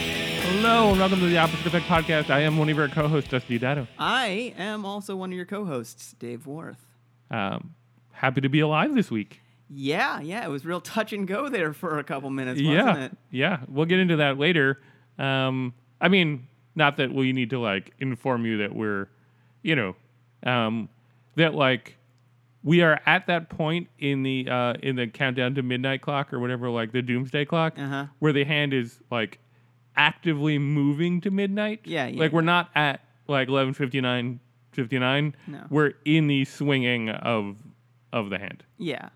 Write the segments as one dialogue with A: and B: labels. A: Hello and welcome to the Opposite Effect Podcast. I am one of your co-hosts, Dusty Dado.
B: I am also one of your co-hosts, Dave Worth.
A: Um, happy to be alive this week.
B: Yeah, yeah, it was real touch and go there for a couple minutes, wasn't
A: yeah,
B: it?
A: yeah. We'll get into that later. Um, I mean, not that we need to like inform you that we're, you know, um, that like we are at that point in the uh, in the countdown to midnight clock or whatever, like the doomsday clock,
B: Uh-huh.
A: where the hand is like actively moving to midnight.
B: Yeah, yeah,
A: Like we're not at like eleven fifty nine fifty nine.
B: No.
A: We're in the swinging of of the hand.
B: Yeah.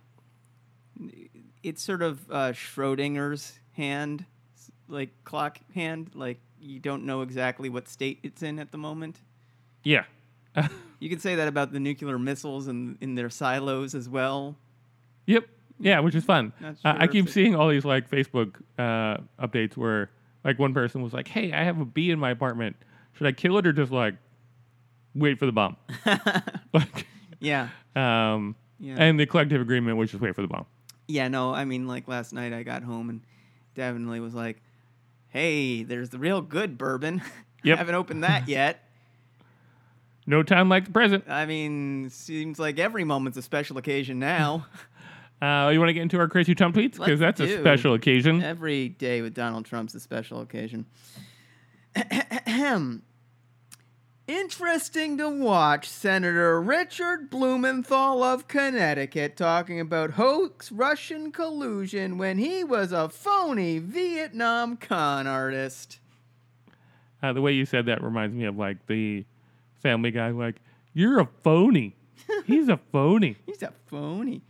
B: It's sort of uh, Schrodinger's hand, s- like clock hand, like you don't know exactly what state it's in at the moment.
A: Yeah.
B: You could say that about the nuclear missiles and in their silos as well.
A: Yep. Yeah, which is fun.
B: Not
A: Uh, I
B: sure
A: keep
B: if it-
A: seeing all these like Facebook uh, updates where like one person was like, "Hey, I have a bee in my apartment. Should I kill it or just like wait for the bomb?" like,
B: Yeah.
A: um,
B: Yeah.
A: and the collective agreement, which is wait for the bomb.
B: Yeah, no, I mean, like last night I got home and Davenley was like, hey, there's the real good bourbon.
A: Yep.
B: Haven't opened that yet.
A: No time like the present.
B: I mean, seems like every moment's a special occasion now.
A: Uh, you want to get into our crazy Trump tweets because
B: Let's
A: that's a
B: do.
A: special occasion.
B: every day with Donald Trump's a special occasion. Interesting to watch Senator Richard Blumenthal of Connecticut talking about hoax Russian collusion when he was a phony Vietnam con artist.
A: Uh, the way you said that reminds me of like the Family Guy, like you're a phony. He's a phony.
B: He's a phony.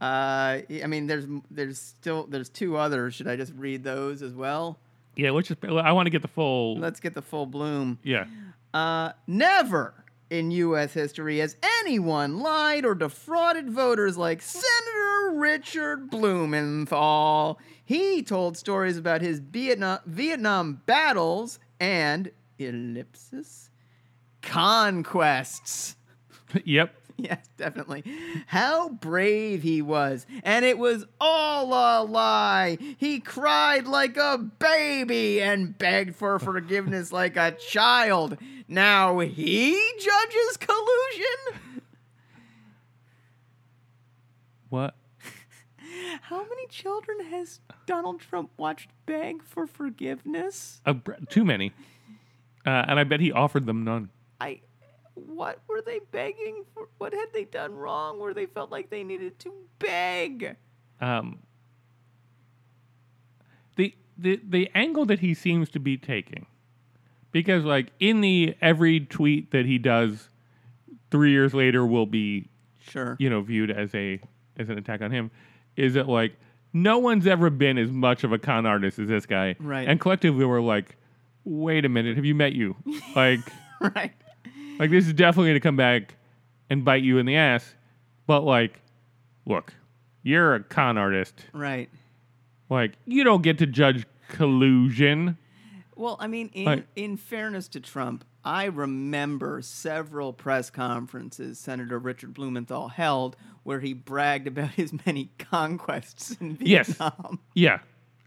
B: Uh, I mean, there's there's still there's two others. Should I just read those as well?
A: Yeah, let's just. I want to get the full.
B: Let's get the full bloom.
A: yeah.
B: Uh, never in U.S. history has anyone lied or defrauded voters like Senator Richard Blumenthal. He told stories about his Vietnam, Vietnam battles and ellipsis conquests.
A: yep.
B: Yes, definitely. How brave he was. And it was all a lie. He cried like a baby and begged for forgiveness like a child. Now he judges collusion?
A: What?
B: How many children has Donald Trump watched beg for forgiveness?
A: A br- too many. Uh, and I bet he offered them none.
B: I what were they begging for? What had they done wrong where they felt like they needed to beg?
A: Um, the the the angle that he seems to be taking, because like in the every tweet that he does, three years later will be
B: Sure.
A: you know viewed as a as an attack on him, is that like no one's ever been as much of a con artist as this guy,
B: Right.
A: And collectively we're like, wait a minute, have you met you? Like.
B: Right.
A: Like this is definitely gonna come back and bite you in the ass. But like, look, you're a con artist.
B: Right.
A: Like you don't get to judge collusion.
B: Well, I mean, in,
A: Like-
B: in fairness to Trump, I remember several press conferences Senator Richard Blumenthal held where he bragged about his many conquests in
A: Yes.
B: Vietnam.
A: Yeah.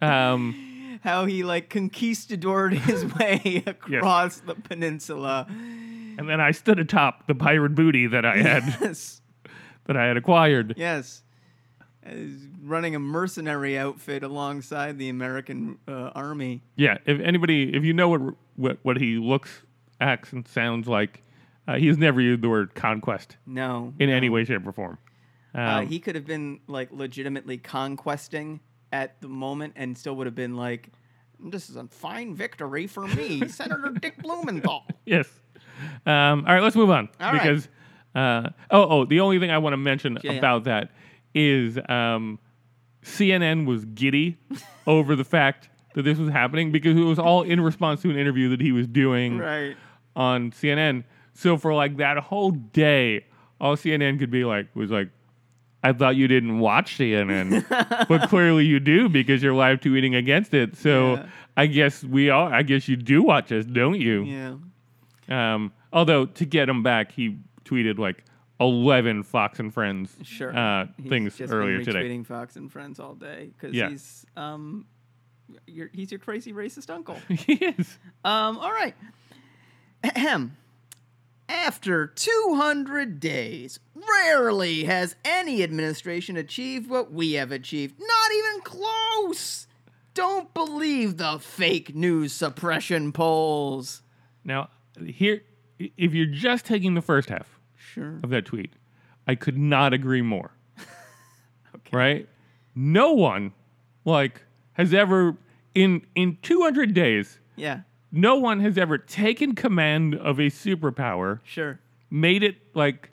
A: Um,
B: How he like conquistadored his way across the peninsula.
A: and then I stood atop the pirate booty that I had
B: Yes.
A: that I had acquired.
B: Yes. As running a mercenary outfit alongside the American uh, army.
A: Yeah. If anybody, if you know what what, what he looks, acts, and sounds like, uh, he's never used the word conquest
B: No.
A: in any way, shape, or form. Um,
B: Uh, he could have been like legitimately conquesting at the moment and still would have been like, this is a fine victory for me, Senator Dick Blumenthal.
A: Yes. Um, all right, let's move on
B: All right.
A: because uh, oh oh the only thing I want to mention
B: Yeah, yeah.
A: about that is um, CNN was giddy over the fact that this was happening because it was all in response to an interview that he was doing
B: Right.
A: on CNN. So for like that whole day, all CNN could be like was like, "I thought you didn't watch CNN, but clearly you do because you're live tweeting against it." So
B: Yeah.
A: I guess we all, I guess you do watch us, don't you?
B: Yeah.
A: Um, although to get him back, he tweeted like eleven Fox and Friends
B: Sure.
A: uh,
B: He's
A: things
B: just
A: earlier
B: been
A: today.
B: retweeting Fox and Friends all day because
A: Yeah.
B: he's um, your, he's your crazy racist uncle.
A: he is.
B: Um, all right. Ahem. After 200 days, rarely has any administration achieved what we have achieved. Not even close! Don't believe the fake news suppression polls.
A: Now, here, if you're just taking the first half
B: Sure.
A: of that tweet, I could not agree more. Right? No one, like, has ever in in 200 days,
B: Yeah,
A: no one has ever taken command of a superpower,
B: sure.
A: made it like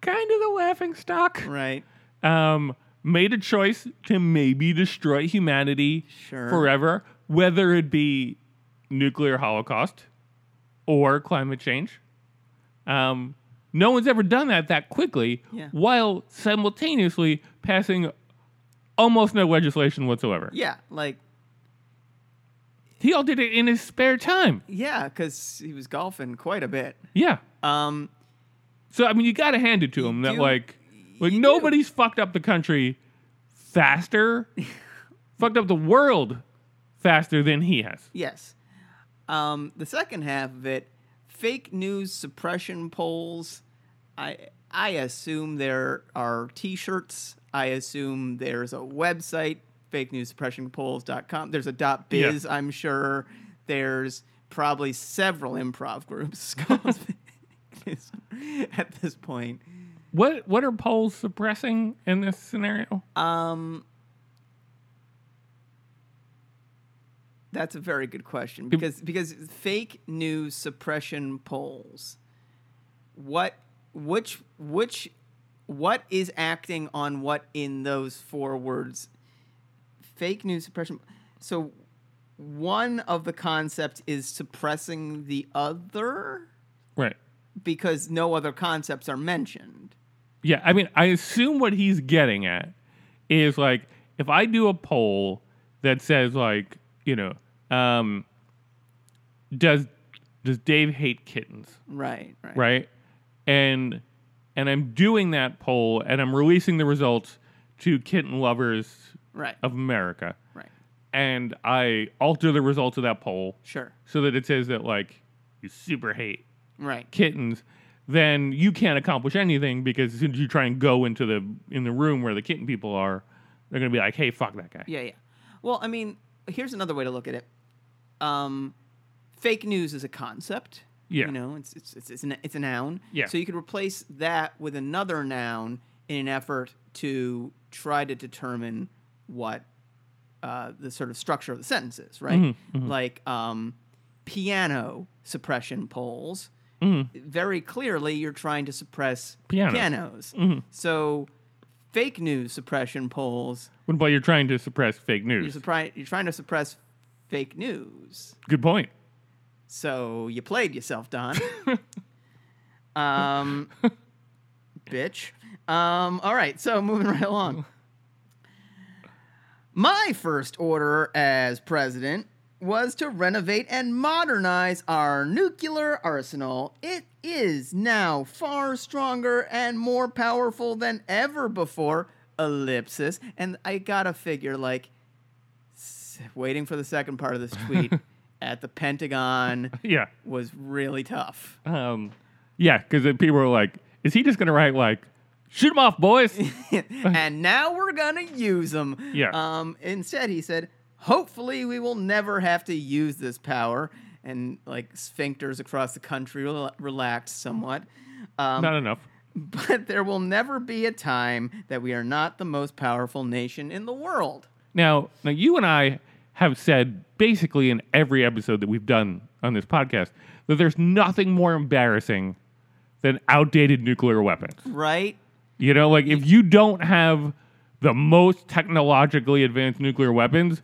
A: kind of the laughing stock,
B: Right.
A: um, made a choice to maybe destroy humanity
B: Sure.
A: forever, whether it be nuclear holocaust or climate change. Um, no one's ever done that that quickly
B: Yeah.
A: while simultaneously passing almost no legislation whatsoever.
B: Yeah, like,
A: He all did it in his spare time.
B: yeah, because he was golfing quite a bit.
A: Yeah.
B: Um,
A: So I mean, you got to hand it to him that
B: do-
A: like, like
B: you do.
A: nobody's fucked up the country faster, fucked up the world faster than he has.
B: Yes. Um, the second half of it, fake news suppression polls. I I assume there are T-shirts. I assume there's a website, fake news suppression polls.com. There's a dot biz, I'm sure. There's probably several improv groups at this point.
A: What what are polls suppressing in this scenario?
B: Um, that's a very good question because because fake news suppression polls. What which which what is acting on what in those four words? Fake news suppression. So one of the concepts is suppressing the other
A: Right.
B: because no other concepts are mentioned.
A: Yeah. I mean, I assume what he's getting at is like if I do a poll that says like you know, um, does does Dave hate kittens?
B: Right. Right.
A: right? And and I'm doing that poll and I'm releasing the results to kitten lovers
B: Right.
A: of America.
B: Right.
A: And I alter the results of that poll
B: Sure.
A: so that it says that like you super hate
B: Right.
A: kittens, then you can't accomplish anything because as soon as you try and go into the in the room where the kitten people are, they're gonna be like, Hey, fuck that guy.
B: Yeah, yeah. Well, I mean, here's another way to look at it. Um, fake news is a concept.
A: Yeah.
B: You know, it's it's it's, it's, an, it's a noun.
A: Yeah.
B: So you could replace that with another noun in an effort to try to determine what uh, the sort of structure of the sentence is, right?
A: Mm-hmm,
B: Like um, piano suppression polls. Very clearly, you're trying to suppress
A: Mm-hmm. Pianos. Mm-hmm.
B: pianos. So, fake news suppression polls
A: When while you're trying to suppress fake
B: you're,
A: news.
B: suppri- you're trying to suppress fake news.
A: Good point.
B: So you played yourself, Don. um, bitch. Um, all right, so moving right along. My first order as president was to renovate and modernize our nuclear arsenal. It is now far stronger and more powerful than ever before. Ellipsis. And I gotta figure, like, s- waiting for the second part of this tweet at the Pentagon
A: Yeah.
B: was really tough.
A: Um, yeah, because people were like, "Is he just gonna write like, shoot him off, boys"?
B: and now we're gonna use them.
A: Yeah.
B: Um. Instead, he said, "Hopefully, we will never have to use this power." And like sphincters across the country rel- relaxed somewhat. Um,
A: Not enough.
B: but there will never be a time that we are not the most powerful nation in the world.
A: Now, now you and I have said basically in every episode that we've done on this podcast that there's nothing more embarrassing than outdated nuclear weapons.
B: Right?
A: You know, like if you don't have the most technologically advanced nuclear weapons,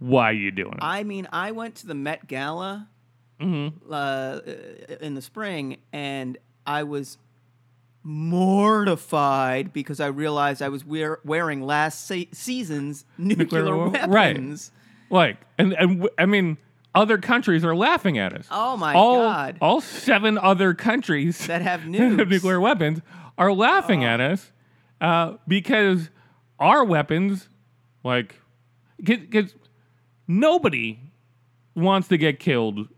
A: why are you doing it?
B: I mean, I went to the Met Gala
A: Mm-hmm.
B: uh, in the spring, and I was mortified because I realized I was wear- wearing last se- season's nuclear,
A: war- right.
B: weapons.
A: Like, and, and w- I mean, other countries are laughing at us.
B: Oh my
A: all,
B: God.
A: All seven other countries
B: That have
A: that have
B: nukes.
A: nuclear weapons are laughing at us uh, because our weapons, like, because nobody wants to get killed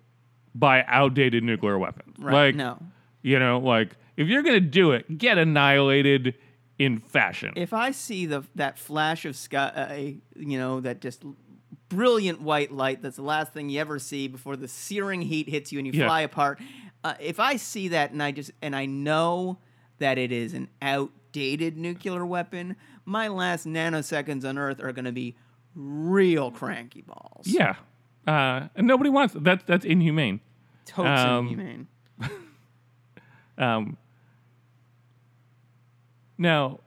A: by outdated nuclear weapons.
B: Right.
A: Like,
B: no.
A: you know, like if you're gonna do it, get annihilated in fashion.
B: If I see the that flash of sky, uh, you know, that just brilliant white light that's the last thing you ever see before the searing heat hits you and you
A: Yeah.
B: fly apart. Uh, if I see that and I just and I know that it is an outdated nuclear weapon, my last nanoseconds on Earth are going to be real cranky balls.
A: yeah, uh, and nobody wants that. That's inhumane.
B: totally
A: Um,
B: inhumane.
A: Um, now,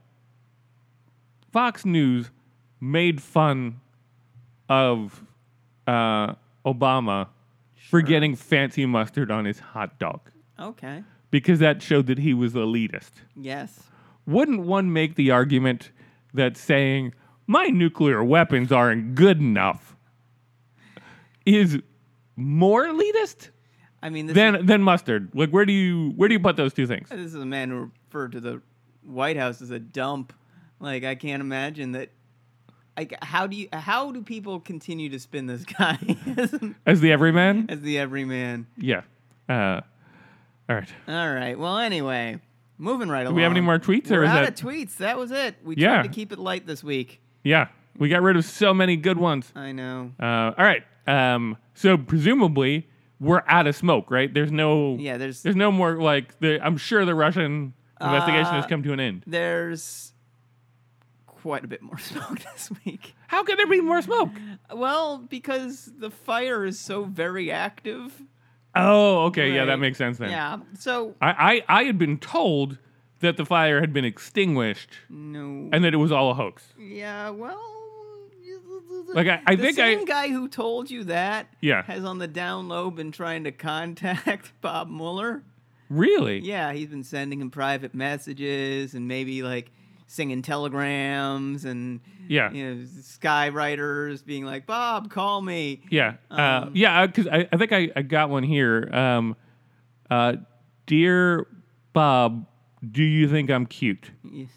A: Fox News made fun of uh, Obama for getting fancy mustard on his hot dog
B: Okay.
A: because that showed that he was elitist.
B: Yes.
A: Wouldn't one make the argument that saying, my nuclear weapons aren't good enough, is more elitist
B: I mean, this
A: than, than mustard? Like, where do you, where do you put those two things?
B: This is a man who referred to the White House as a dump. Like I can't imagine that. Like how do you how do people continue to spin this guy as,
A: As the everyman?
B: as the everyman?
A: Yeah. Uh, all right.
B: All right. Well, anyway, moving right along.
A: we have any more tweets, or
B: We're
A: is
B: out
A: that-
B: of tweets. That was it. We
A: Yeah.
B: tried to keep it light this week.
A: Yeah. We got rid of so many good ones.
B: I know.
A: Uh, all right. Um, so presumably we're out of smoke, right? There's no.
B: Yeah. There's
A: There's no more like the. I'm sure the Russian investigation has
B: Uh,
A: come to an end.
B: there's quite a bit more smoke this week.
A: How could there be more smoke?
B: Well, because the fire is so very active.
A: Oh, okay. Yeah,
B: Right.
A: that makes sense then.
B: Yeah. So
A: I, I I had been told that the fire had been extinguished
B: no.
A: and that it was all a hoax.
B: Yeah, well,
A: Like, I- I
B: the
A: think I-
B: same guy who told you that
A: Yeah.
B: has on the down low been trying to contact Bob Mueller.
A: Really?
B: Yeah, he's been sending him private messages and maybe like singing telegrams and
A: Yeah.
B: you know, skywriters being like, "Bob, call me."
A: Yeah. uh,
B: Um,
A: yeah, because I, I think I, I got one here. Um, uh, Dear Bob, do you think I'm cute?
B: Yes.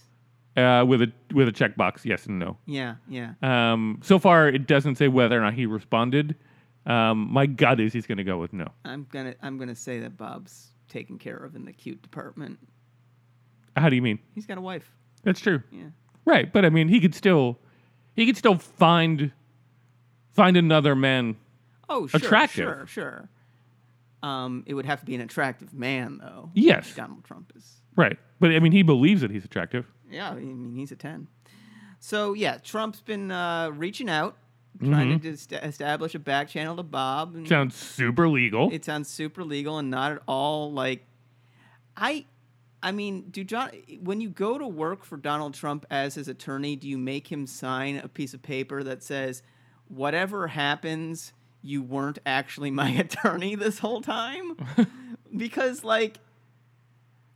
A: Uh, with a with a checkbox, yes and no.
B: Yeah, yeah.
A: Um, so far, it doesn't say whether or not he responded. Um, my gut is he's going to go with no.
B: I'm gonna I'm gonna say that Bob's taken care of in the cute department.
A: How do you mean?
B: He's got a wife.
A: That's true,
B: Yeah.
A: right? But I mean, he could still he could still find find another man.
B: Oh, sure, Sure,
A: Attractive.
B: sure. Um, it would have to be an attractive man, though.
A: Yes.
B: which Donald Trump is.
A: Right, but I mean, he believes that he's attractive.
B: Yeah, I mean he's a ten. So yeah, Trump's been uh, reaching out, trying to
A: Mm-hmm.
B: just establish a back channel to Bob. And
A: Sounds super legal.
B: It sounds super legal and not at all like I. I mean, do John? When you go to work for Donald Trump as his attorney, do you make him sign a piece of paper that says, "Whatever happens, you weren't actually my attorney this whole time"? because, like,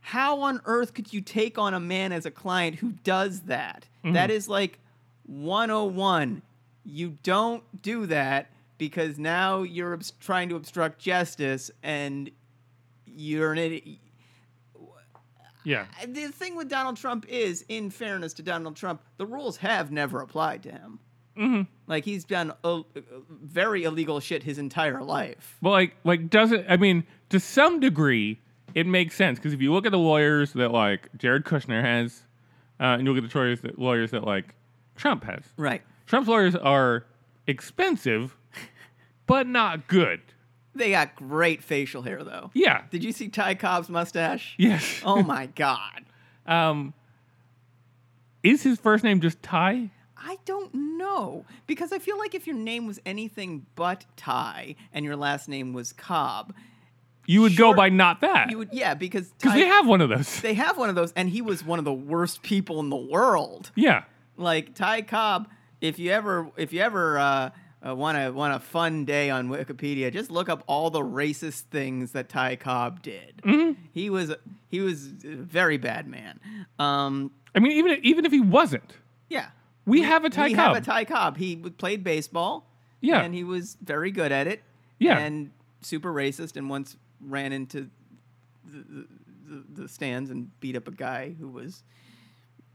B: how on earth could you take on a man as a client who does that? That is like 101. You don't do that because now you're obst- trying to obstruct justice and you're an idiot.
A: yeah,
B: The thing with Donald Trump is, in fairness to Donald Trump, the rules have never applied to him. Mm-hmm. Like, he's done ill- very illegal shit his entire life.
A: Well, like, like doesn't I mean to some degree it makes sense because if you look at the lawyers that like Jared Kushner has, uh, and you look at the lawyers that, lawyers that like Trump has,
B: Right.
A: Trump's lawyers are expensive, but not good.
B: They got great facial hair, though.
A: Yeah.
B: Did you see Ty Cobb's mustache?
A: Yes.
B: Oh my god.
A: Um, is his first name just Ty?
B: I don't know because I feel like if your name was anything but Ty and your last name was Cobb,
A: You would
B: Sure.
A: go by not that
B: you
A: because
B: would yeah because Ty,
A: they have one of those.
B: they have one of those and he was one of the worst people in the world.
A: yeah.
B: Like Ty Cobb, if you ever if you ever uh, uh, want to want a fun day on Wikipedia, just look up all the racist things that Ty Cobb did.
A: Mm-hmm.
B: He was he was a very bad man. Um,
A: I mean, even even if he wasn't,
B: yeah.
A: we have a Ty
B: we
A: Cobb.
B: have a Ty Cobb. He w- played baseball.
A: Yeah.
B: And he was very good at it.
A: Yeah.
B: And super racist and once ran into the, the, the stands and beat up a guy who was,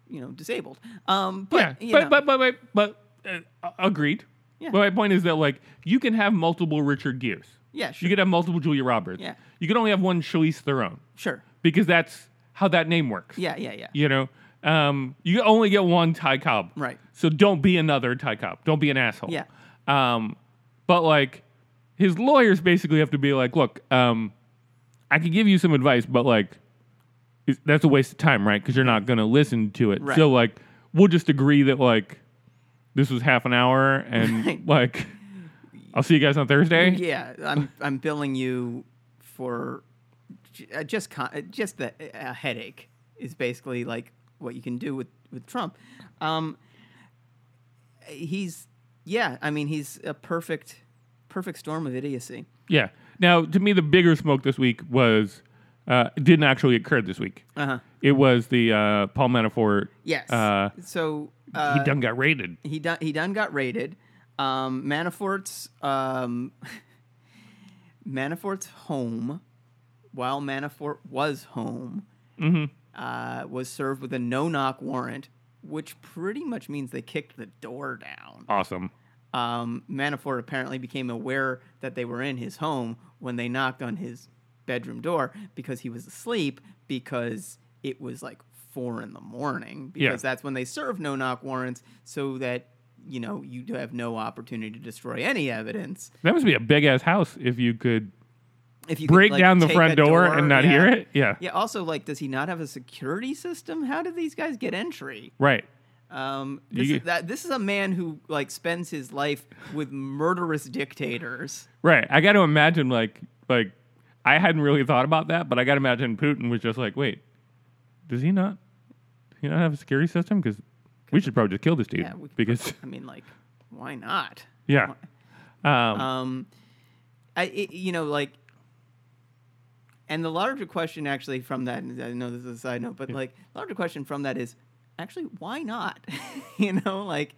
B: you know, disabled. Um, but,
A: yeah,
B: you
A: but,
B: know,
A: but but but but uh, a- agreed.
B: Yeah.
A: But my point is that like you can have multiple Richard Gears.
B: Yeah,
A: You
B: sure.
A: could have multiple Julia Roberts.
B: Yeah.
A: You could only have one Charlize Theron
B: sure.
A: because that's how that name works.
B: Yeah, yeah, yeah.
A: You know, um, you only get one Ty Cobb.
B: Right.
A: So don't be another Ty Cobb. Don't be an asshole.
B: Yeah.
A: Um, but like, his lawyers basically have to be like, look, um, I could give you some advice, but like, it's- that's a waste of time, right? Because you're not going to listen to it.
B: Right.
A: So like, we'll just agree that like, this was half an hour, and
B: Right.
A: like, I'll see you guys on Thursday.
B: Yeah, I'm I'm billing you for j- uh, just con- uh, just the a headache is basically like what you can do with with Trump. Um, he's yeah, I mean he's a perfect perfect storm of idiocy.
A: Yeah. Now, to me, the bigger smoke this week was uh, it didn't actually occur this week.
B: Uh huh.
A: It was the uh, Paul Manafort.
B: Yes.
A: Uh,
B: so uh,
A: he done got raided.
B: he done he done got raided. Um, Manafort's um, Manafort's home, while Manafort was home, uh, was served with a no knock warrant, which pretty much means they kicked the door down.
A: Awesome.
B: Um, Manafort apparently became aware that they were in his home when they knocked on his bedroom door because he was asleep because it was like four in the morning because
A: Yeah.
B: that's when they serve no knock warrants so that you know you have no opportunity to destroy any evidence
A: That must be a big ass house if you could
B: if you could,
A: break
B: like,
A: down the
B: take a
A: front door, and not
B: yeah.
A: hear it. Yeah.
B: yeah also like does he not have a security system how did these guys get entry
A: Right.
B: um this,
A: You-
B: is, that, this is a man who like spends his life with murderous dictators
A: Right. I got to imagine like like I hadn't really thought about that, but I got to imagine Putin was just like, wait, does he not? Does he not have a security system? Because we should probably just kill this dude.
B: Yeah, we-
A: because
B: I mean, like, why not?
A: yeah. Um,
B: Um, I it, you know like, and the larger question actually from that, and I know this is a side note, but like, larger question from that is actually why not? you know, like,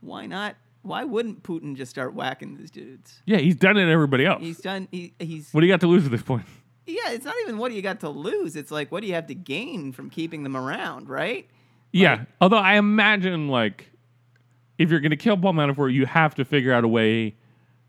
B: why not? Why wouldn't Putin just start whacking these dudes?
A: yeah, he's done it to everybody else.
B: He's done. He, he's
A: What do you got to lose at this point?
B: yeah. It's not even what do you got to lose. It's like what do you have to gain from keeping them around, right?
A: Yeah. Although I imagine like if you're going to kill Paul Manafort, you have to figure out a way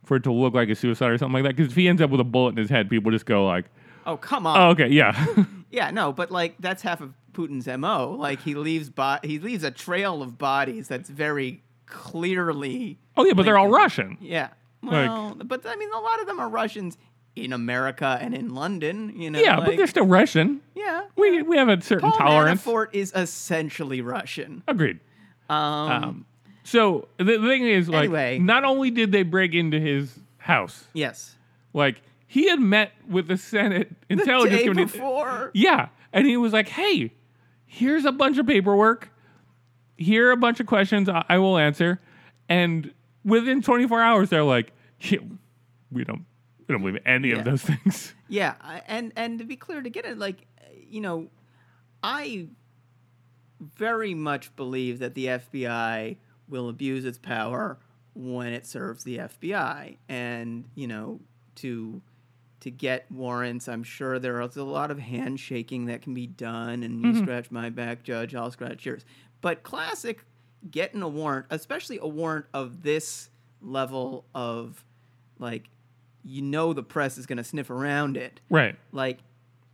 A: for it to look like a suicide or something like that. Because if he ends up with a bullet in his head, people just go like,
B: Oh come on.
A: "Oh, okay, yeah,
B: Yeah, no, but like that's half of Putin's MO. Like he leaves bo- he leaves a trail of bodies that's very clearly
A: oh yeah," but they're all Russian.
B: yeah.
A: Like-
B: Well, but I mean a lot of them are Russians in America and in London, you know.
A: Yeah, but
B: like-
A: they're still Russian.
B: yeah.
A: We we have a certain
B: Paul
A: tolerance.
B: Manafort is essentially Russian.
A: Agreed.
B: Um,
A: Um, so the thing is, like,
B: Anyway.
A: not only did they break into his house,
B: yes.
A: like he had met with the Senate Intelligence
B: Day
A: Committee
B: before.
A: Yeah. And he was like, hey, here's a bunch of paperwork. Here are a bunch of questions I, I will answer. And within 24 hours, they're like, "Yeah, we don't we don't believe any
B: Yeah.
A: of those things.
B: Yeah, I- and and to be clear, to get it, like you know, I very much believe that the FBI will abuse its power when it serves the FBI, and you know, to to get warrants, I'm sure there is a lot of handshaking that can be done, and you scratch my back, judge, I'll scratch yours. But classic getting a warrant, especially a warrant of this level of like you know the press is going to sniff around it.
A: Right.
B: Like,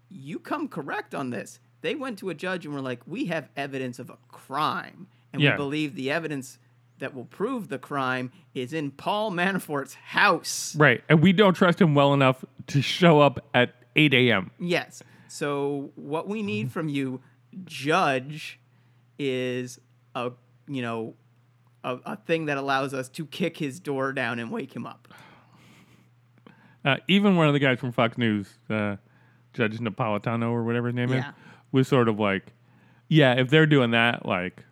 B: you come correct on this. They went to a judge and were like, we have evidence of a crime. And
A: Yeah.
B: we believe the evidence that will prove the crime is in Paul Manafort's house.
A: Right. And we don't trust him well enough to show up at 8 a.m.
B: Yes. So, what we
A: Mm-hmm.
B: need from you, judge, is a, you know, a, a thing that allows us to kick his door down and wake him up.
A: Uh, even one of the guys from Fox News, uh, Judge Napolitano or whatever his name
B: Yeah.
A: is, was sort of like, yeah, if they're doing that, like,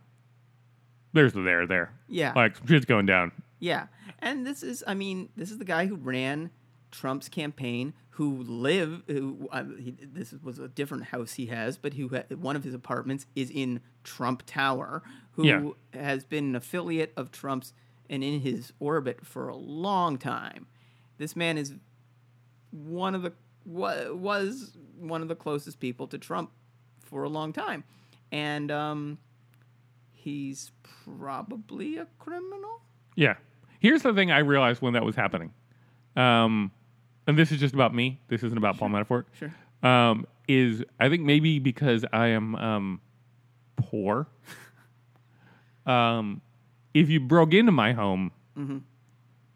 A: there's the there there.
B: Yeah.
A: Like, some shit's going down.
B: Yeah. And this is, I mean, this is the guy who ran Trump's campaign, who live, who, uh, he, this was a different house he has, but who, ha- one of his apartments is in Trump Tower, who
A: Yeah.
B: has been an affiliate of Trump's and in his orbit for a long time. This man is one of the wa- was one of the closest people to Trump for a long time, and um, he's probably a criminal.
A: Yeah. Here's the thing I realized when that was happening, um, and this is just about me. This isn't about Paul Manafort.
B: Sure.
A: Um, is I think maybe because I am um, poor. um, if you broke into my home
B: Mm-hmm.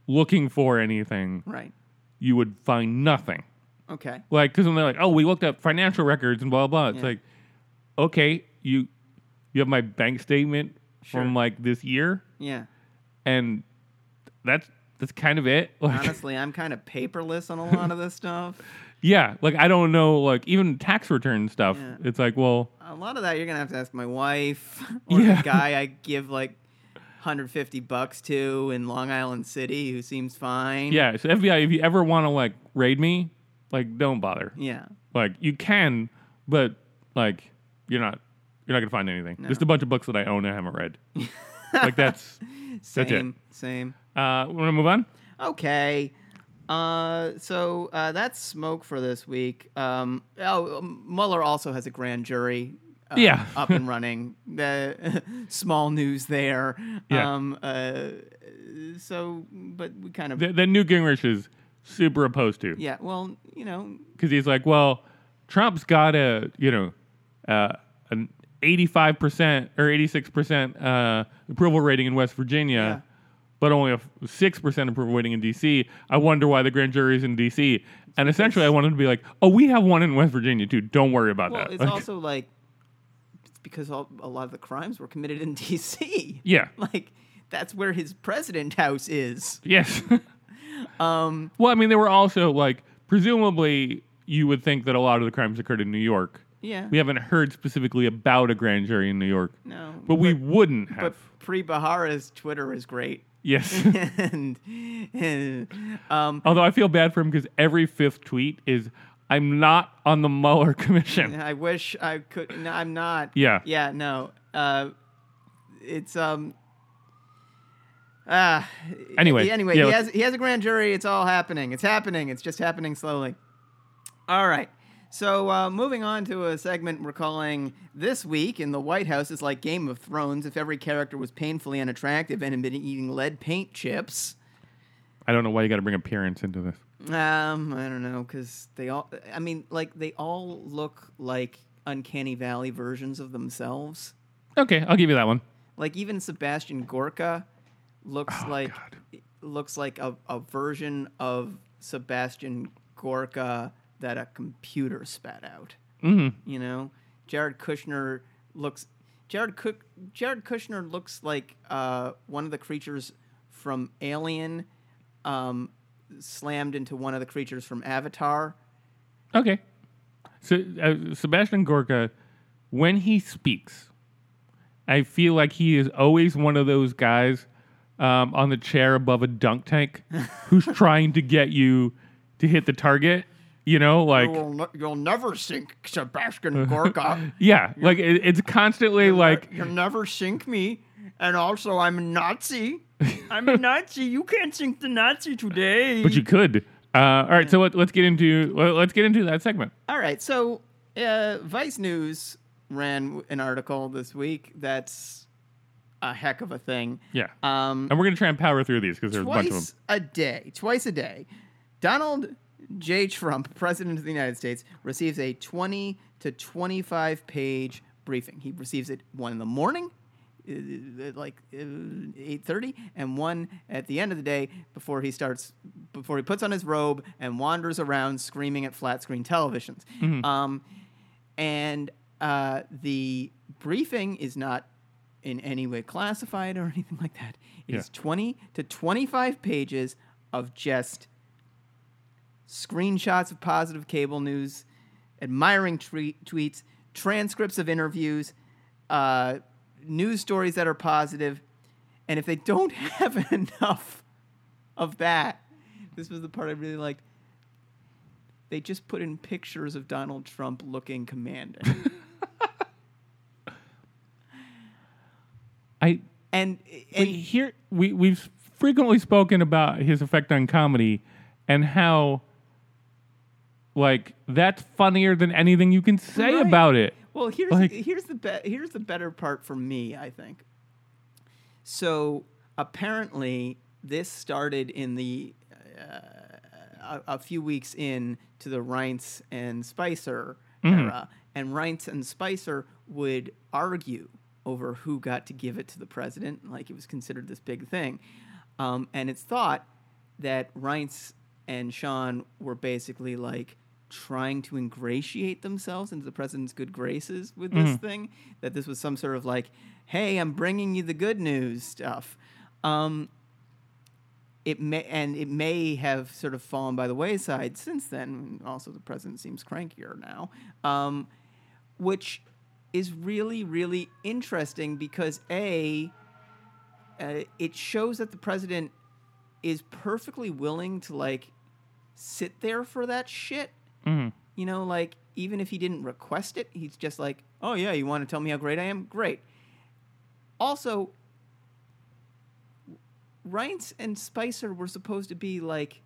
A: looking for anything,
B: Right.
A: you would find nothing.
B: Okay.
A: Like, because when they're like, "Oh, we looked up financial records and blah blah," blah," it's
B: Yeah.
A: like, okay, you you have my bank statement
B: Sure.
A: from like this year,
B: Yeah.
A: and that's that's kind of it. Like,
B: Honestly, I'm kind of paperless on a lot of this stuff.
A: yeah, like I don't know, like even tax return stuff.
B: Yeah.
A: It's like, well,
B: A lot of that you're gonna have to ask my wife or the
A: Yeah.
B: guy I give like 150 bucks to in Long Island City who seems fine.
A: yeah. So FBI, if you ever want to like raid me, like don't bother.
B: Yeah.
A: Like you can, but like you're not you're not gonna find anything. Just a bunch of books that I own and haven't read. like that's. it.
B: Same. Same.
A: Uh, want to move on?
B: Okay. Uh, so uh, that's smoke for this week. Um, oh, Mueller also has a grand jury. Uh,
A: Yeah.
B: up and running. The small news there.
A: Yeah.
B: Um, uh, so, but we kind of
A: Th- That Newt Gingrich is super opposed to.
B: yeah. Well, you know,
A: because he's like, well, Trump's got a you know uh, an eighty five percent or eighty six percent uh, approval rating in West Virginia, but only a six percent approval rating in D.C. I wonder why the grand jury's in D.C. And essentially, I wanted to be like, oh, we have one in West Virginia too. Don't worry about
B: well,
A: that.
B: it's
A: Like,
B: also like it's because all, a lot of the crimes were committed in D.C.
A: yeah,
B: Like that's where his president house is.
A: yes.
B: Um,
A: well, I mean, there were also like presumably you would think that a lot of the crimes occurred in New York.
B: Yeah.
A: We haven't heard specifically about a grand jury in New York,
B: No.
A: but we wouldn't have.
B: but pre Bahara's Twitter is great.
A: yes.
B: Mm-hmm. and, and, um,
A: Although I feel bad for him because every fifth tweet is, I'm not on the Mueller commission.
B: I wish I could. No, I'm not.
A: Yeah.
B: Yeah. No. Uh, it's um. Ah.
A: Anyway,
B: Anyway,
A: yeah,
B: he
A: let's-
B: has he has a grand jury. It's all happening. It's happening. It's just happening slowly. All right. So uh, moving on to a segment we're calling "This Week in the White House is like Game of Thrones if every character was painfully unattractive and had been eating lead paint chips."
A: I don't know why you got to bring appearance into this.
B: Um, I don't know, because they all, I mean, like, they all look like Uncanny Valley versions of themselves.
A: Okay, I'll give you that one.
B: Like, even Sebastian Gorka looks like,
A: God.
B: looks like a, a version of Sebastian Gorka that a computer spat out. Mm-hmm. You know? Jared Kushner looks, Jared, Cook, Jared Kushner looks like uh, one of the creatures from Alien um, slammed into one of the creatures from Avatar.
A: Okay. So uh, Sebastian Gorka, when he speaks, I feel like he is always one of those guys um, on the chair above a dunk tank who's trying to get you to hit the target. You know, like
B: You'll, ne- you'll never sink Sebastian Gorka.
A: yeah, like it, it's constantly like
B: You'll never sink me. And also, I'm a Nazi. I'm a Nazi. You can't sink the Nazi today.
A: But you could. Uh, all right, so let, let's get into let- let's get into that segment.
B: All right. So, uh, Vice News ran an article this week that's a heck of a thing.
A: Yeah,
B: Um,
A: and we're gonna try and power through these because there's a bunch of them.
B: twice a day, twice a day, Donald J. Trump, President of the United States, receives a 20 to 25 page briefing. He receives it one in the morning, uh, uh, like uh, 8:30, and one at the end of the day before he starts, before he puts on his robe and wanders around screaming at flat screen televisions.
A: Mm-hmm.
B: Um, and uh, the briefing is not in any way classified or anything like that. It is
A: Yeah.
B: 20 to 25 pages of just screenshots of positive cable news, admiring tweet tweets, transcripts of interviews, uh, news stories that are positive, and if they don't have enough of that, this was the part I really liked. They just put in pictures of Donald Trump looking commanding.
A: I
B: and
A: we
B: and
A: hear we we've frequently spoken about his effect on comedy and how like that's funnier than anything you can say
B: Right.
A: about it.
B: Well, here's
A: Like-
B: here's the be- here's the better part for me, I think. So apparently, this started in the uh, a, a few weeks in to the Reince and Spicer era, and Reince and Spicer would argue over who got to give it to the president, like it was considered this big thing. Um, and it's thought that Reince and Sean were basically like trying to ingratiate themselves into the president's good graces with this thing. That this was some sort of like, "Hey, I'm bringing you the good news" stuff. Um, it may and it may have sort of fallen by the wayside since then. Also, the president seems crankier now, um, which is really really interesting because a uh, it shows that the president is perfectly willing to like sit there for that shit.
A: Mm-hmm.
B: You know, like even if he didn't request it, he's just like, "Oh yeah, you want to tell me how great I am? Great." Also, Reince and Spicer were supposed to be like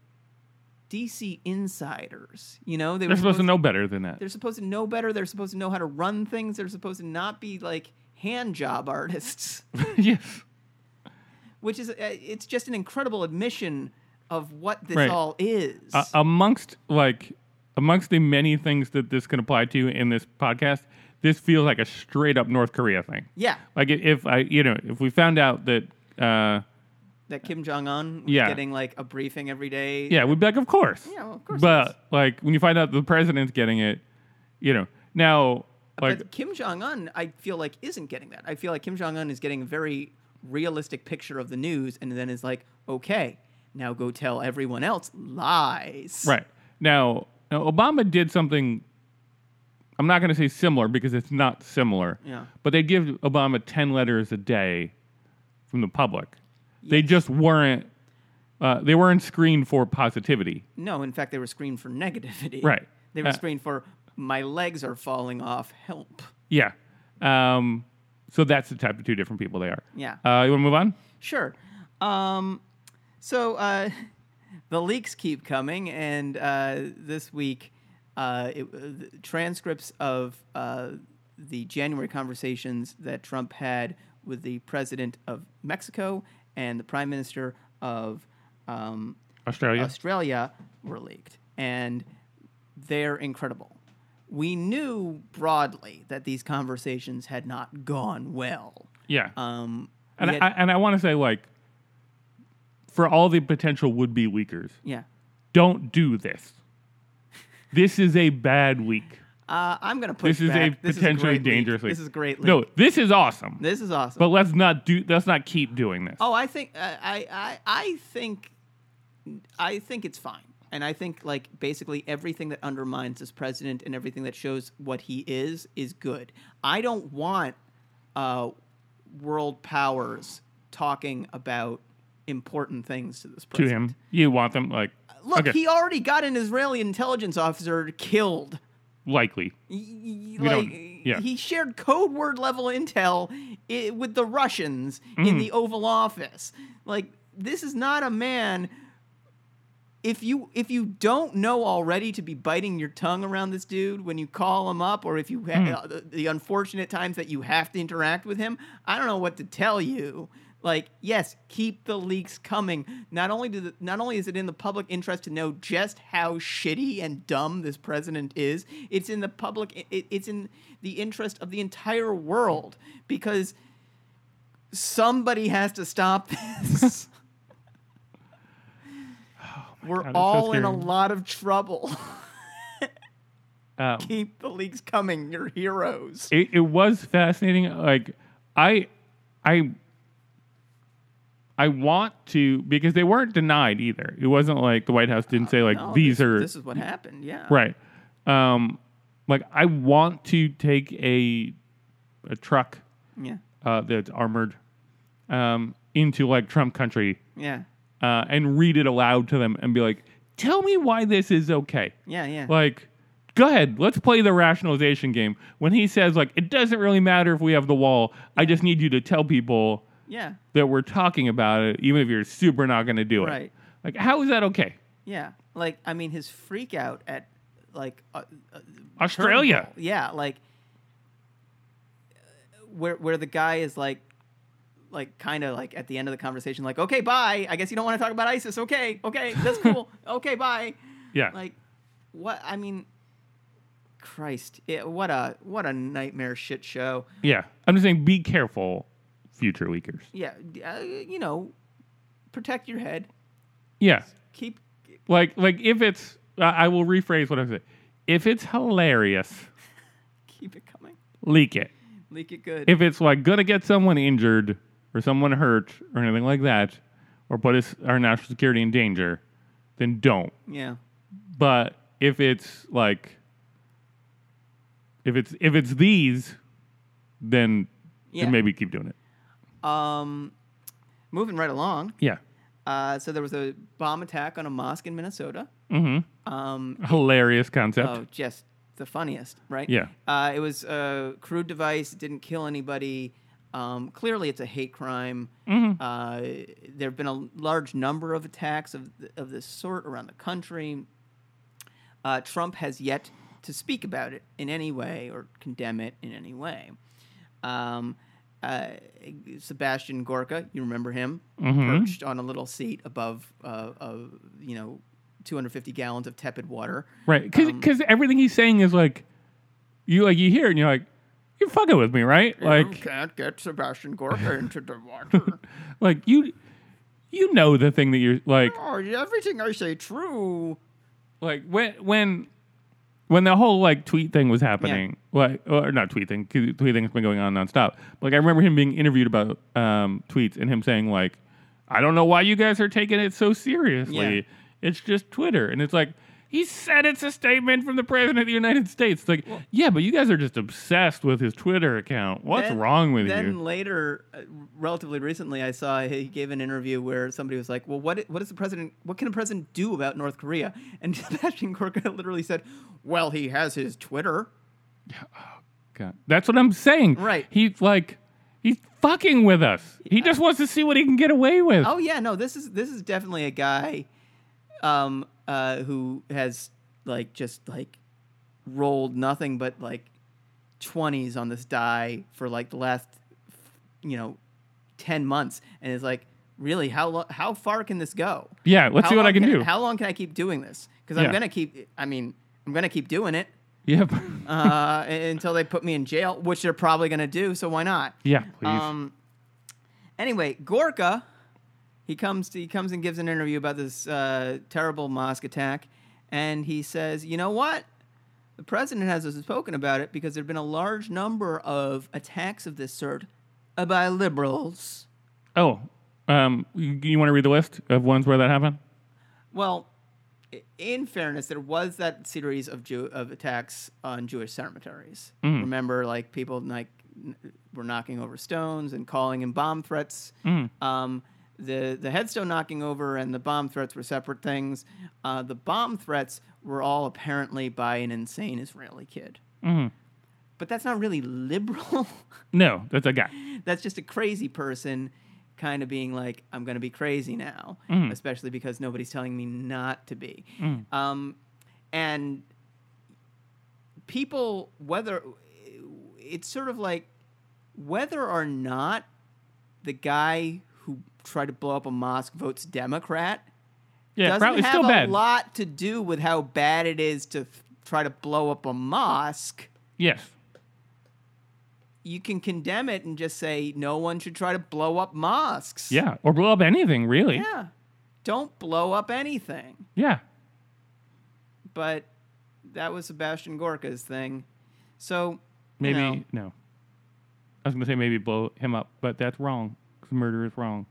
B: DC insiders. You know, they were
A: They're supposed to know better than that.
B: They're supposed to know better. They're supposed to know how to run things. They're supposed to not be like hand job artists,
A: yes.
B: which is uh, it's just an incredible admission of what this
A: Right.
B: all is.
A: Uh, amongst like amongst the many things that this can apply to in this podcast, this feels like a straight up North Korea thing.
B: yeah,
A: Like i- if I, you know, if we found out that, uh,
B: that Kim Jong Un was
A: Yeah.
B: getting like a briefing every day.
A: yeah, we'd be like, of course.
B: Yeah, well, of course it is.
A: But like when you find out the president's getting it, you know, now like
B: but Kim Jong Un, I feel like isn't getting that. I feel like Kim Jong Un is getting a very realistic picture of the news, and then is like, okay, now go tell everyone else lies.
A: Right. Now, now Obama did something I'm not going to say similar because it's not similar.
B: Yeah.
A: But they give Obama 10 letters a day from the public. They just weren't uh, they weren't screened for positivity.
B: No, in fact, they were screened for negativity.
A: Right.
B: They were
A: Uh,
B: screened for my legs are falling off. Help.
A: Yeah. Um, so that's the type of two different people they are.
B: Yeah.
A: Uh, you want to move on?
B: Sure. Um, so uh, the leaks keep coming, and uh, this week, uh, it, uh, the transcripts of uh, the January conversations that Trump had with the president of Mexico and the prime minister of um,
A: Australia.
B: Australia were leaked, and they're incredible. We knew broadly that these conversations had not gone well.
A: yeah.
B: Um, we
A: and,
B: had-
A: I, and I want to say like for all the potential would be weakers,
B: yeah.
A: don't do this. This is a bad week.
B: Uh, I'm gonna push.
A: This is
B: back.
A: a potentially
B: great leak.
A: dangerous leak.
B: This is great. Leak.
A: No, this is awesome.
B: this is awesome.
A: but let's not do. Let's not keep doing this.
B: oh, I think uh, I I I think I think it's fine, and I think like basically everything that undermines this president and everything that shows what he is is good. I don't want uh, world powers talking about important things to this
A: to
B: president.
A: him, you want them like
B: Look,
A: okay,
B: he already got an Israeli intelligence officer killed.
A: likely.
B: y-
A: We
B: like
A: don't- yeah.
B: he shared code word level intel i- with the Russians
A: Mm.
B: in the Oval Office. Like this is not a man. If you if you don't know already to be biting your tongue around this dude when you call him up, or if you ha- uh, the, the unfortunate times that you have to interact with him, I don't know what to tell you. Like yes, keep the leaks coming. Not only do the, not only is it in the public interest to know just how shitty and dumb this president is, it's in the public it, it's in the interest of the entire world because somebody has to stop this. We're
A: God, it's so
B: all in a
A: scary.
B: lot of trouble.
A: Um,
B: Keep the leaks coming. You're heroes.
A: it, it was fascinating. Like I, I, I want to because they weren't denied either. It wasn't like the White House didn't say like
B: Uh, No,
A: these
B: Oh,
A: are
B: this, This is what happened. Yeah.
A: right. Um, like I want to take a a truck
B: Yeah.
A: uh, that's armored um, into like Trump country
B: Yeah.
A: uh, and read it aloud to them and be like, tell me why this is okay.
B: Yeah. Yeah.
A: Like, go ahead, let's play the rationalization game. When he says, like, it doesn't really matter if we have the wall, I just need you to tell people
B: yeah.
A: that we're talking about it, even if you're super not going to do it.
B: Right.
A: Like, how is that okay?
B: Yeah. Like I mean, his freak out at like uh, uh,
A: Australia.
B: Turnbull. Yeah, like uh, where where the guy is like like kind of like at the end of the conversation, like, okay, bye. I guess you don't want to talk about ISIS. Okay, okay, that's cool. okay, bye.
A: Yeah.
B: Like, what? I mean, Christ, it, what a what a nightmare shit show.
A: yeah. I'm just saying, be careful, future leakers.
B: Yeah, d- uh, you know, protect your head.
A: Yeah.
B: Keep.
A: Like, like if it's, I I will rephrase what I said. If it's hilarious,
B: Keep it coming.
A: leak it.
B: Leak it good.
A: if it's like gonna get someone injured or someone hurt or anything like that, or put us, our national security in danger, then don't.
B: yeah.
A: But if it's like, if it's if it's these, then
B: Yeah.
A: then maybe keep doing it.
B: Um, moving right along.
A: Yeah.
B: Uh, so there was a bomb attack on a mosque in Minnesota. Mm-hmm. Um,
A: Hilarious concept.
B: oh, just the funniest, right?
A: Yeah.
B: Uh, it was a crude device. It didn't kill anybody. Um, clearly, it's a hate crime.
A: Mm-hmm.
B: Uh, there have been a large number of attacks of, th- of this sort around the country. Uh, Trump has yet to speak about it in any way or condemn it in any way. Um, uh, Sebastian Gorka, you remember him,
A: Mm-hmm.
B: perched on a little seat above, uh, of, you know, 250 gallons of tepid water.
A: Right. Because everything he's saying is like, you like you hear it and you're like, you're fucking with me, right?
B: you
A: Like,
B: can't get Sebastian Gorka into the water.
A: like you, you know the thing that you're like.
B: oh, everything I say true.
A: like when when when the whole like tweet thing was happening, like or not tweet thing, 'cause tweet thing's been going on nonstop. Like I remember him being interviewed about um, tweets and him saying like, "I don't know why you guys are taking it so seriously.
B: Yeah.
A: It's just Twitter." And it's like he said it's a statement from the president of the United States. Like, yeah, but you guys are just obsessed with his Twitter account. What's
B: Then-
A: wrong with
B: Then
A: you?
B: later, uh, relatively recently, I saw he gave an interview where somebody was like, "Well, what i- what is the president? What can a president do about North Korea?" And Sebastian Gorka literally said, "Well, he has his Twitter."
A: God. That's what I'm saying.
B: Right.
A: He's like he's fucking with us. He just wants to see what he can get away with.
B: Oh yeah, no, this is this is definitely a guy, um, uh, who has like just like rolled nothing but like twenties on this die for like the last, you know, ten months, and is like, really, how lo- how far can this go?
A: Yeah, let's
B: How
A: see what
B: long
A: I can do.
B: How long can I keep doing this? Because
A: Yeah.
B: I'm gonna keep. I mean, I'm gonna keep doing it
A: Yep.
B: uh, until they put me in jail, which they're probably gonna do. So why not?
A: Yeah, please.
B: Um. Anyway, Gorka, he comes he comes and gives an interview about this uh, terrible mosque attack, and he says, "You know what? The president has spoken about it because there have been a large number of attacks of this sort uh, by liberals.
A: oh, um, you, want to read the list of ones where that happened?
B: Well." i- In fairness, there was that series of Jew- of attacks on Jewish cemeteries. Remember, like people like n- were knocking over stones and calling in bomb threats. Um, the the headstone knocking over and the bomb threats were separate things. Uh, the bomb threats were all apparently by an insane Israeli kid. But that's not really liberal.
A: No, that's a guy.
B: that's just a crazy person kind of being like, I'm going to be crazy now,
A: Mm.
B: especially because nobody's telling me not to be. Um, and people, whether it's sort of like whether or not the guy who tried to blow up a mosque votes Democrat
A: Yeah,
B: doesn't
A: probably
B: have
A: still
B: a
A: bad.
B: lot to do with how bad it is to f- try to blow up a mosque
A: Yes.
B: you can condemn it and just say no one should try to blow up mosques.
A: Yeah, or blow up anything really. Yeah.
B: Yeah. Don't blow up anything. But that was Sebastian Gorka's thing. So
A: Maybe
B: You know,
A: no. I was gonna say maybe blow him up, but that's wrong. 'cause murder is wrong.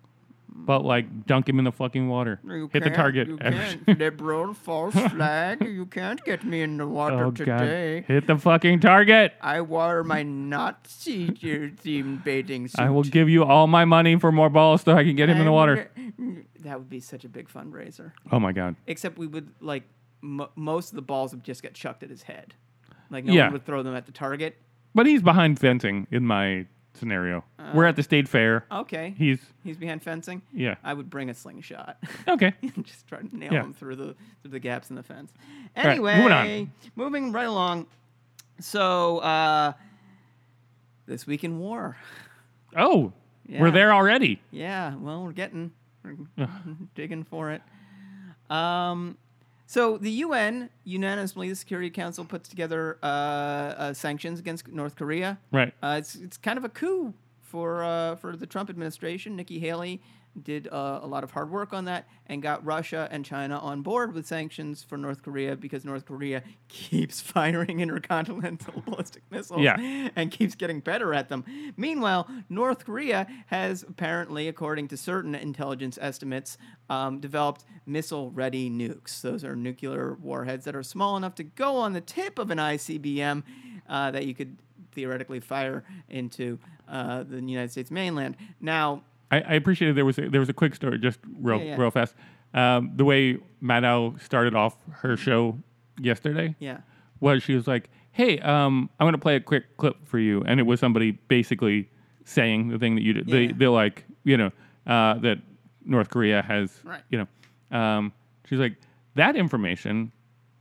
A: But like dunk him in the fucking water.
B: you
A: Hit the
B: can't-
A: target. Oh,
B: You can't. Liberal false flag. You can't get me in the water
A: oh god.
B: today.
A: Hit the fucking target.
B: I wore my Nazi themed bathing suit.
A: I will give you all my money for more balls so I can get him in the
B: I
A: water.
B: wonder- That would be such a big fundraiser.
A: Oh my god.
B: except we would like m- most of the balls would just get chucked at his head. Like no
A: Yeah.
B: one would throw them at the target.
A: But he's behind fencing in my scenario. We're at the state fair.
B: Okay,
A: He's
B: he's behind fencing.
A: yeah.
B: I would bring a slingshot
A: Okay.
B: and just try to nail
A: Yeah.
B: him through the through the gaps in the fence.
A: right,
B: Anyway,
A: moving on.
B: moving right along. So uh, this week in war.
A: Oh, We're
B: Yeah.
A: there already.
B: Yeah, well, we're getting we're digging for it. Um, so the UN unanimously, the Security Council puts together uh, uh, sanctions against North Korea.
A: Right.
B: Uh, it's it's kind of a coup for uh, for the Trump administration. Nikki Haley did uh, a lot of hard work on that and got Russia and China on board with sanctions for North Korea because North Korea keeps firing intercontinental ballistic missiles
A: Yeah.
B: and keeps getting better at them. Meanwhile, North Korea has apparently, according to certain intelligence estimates, um, developed missile ready nukes. Those are nuclear warheads that are small enough to go on the tip of an ICBM uh, that you could theoretically fire into uh, the United States mainland. Now,
A: I, I appreciated there was a, there was a quick story just real
B: Yeah, yeah.
A: real fast. Um, the way Maddow started off her show yesterday
B: yeah.
A: was she was like, "Hey, um, I'm going to play a quick clip for you," and it was somebody basically saying the thing that you did. They
B: Yeah.
A: they like you know uh, that North Korea has
B: Right.
A: you know. Um, she's like that information.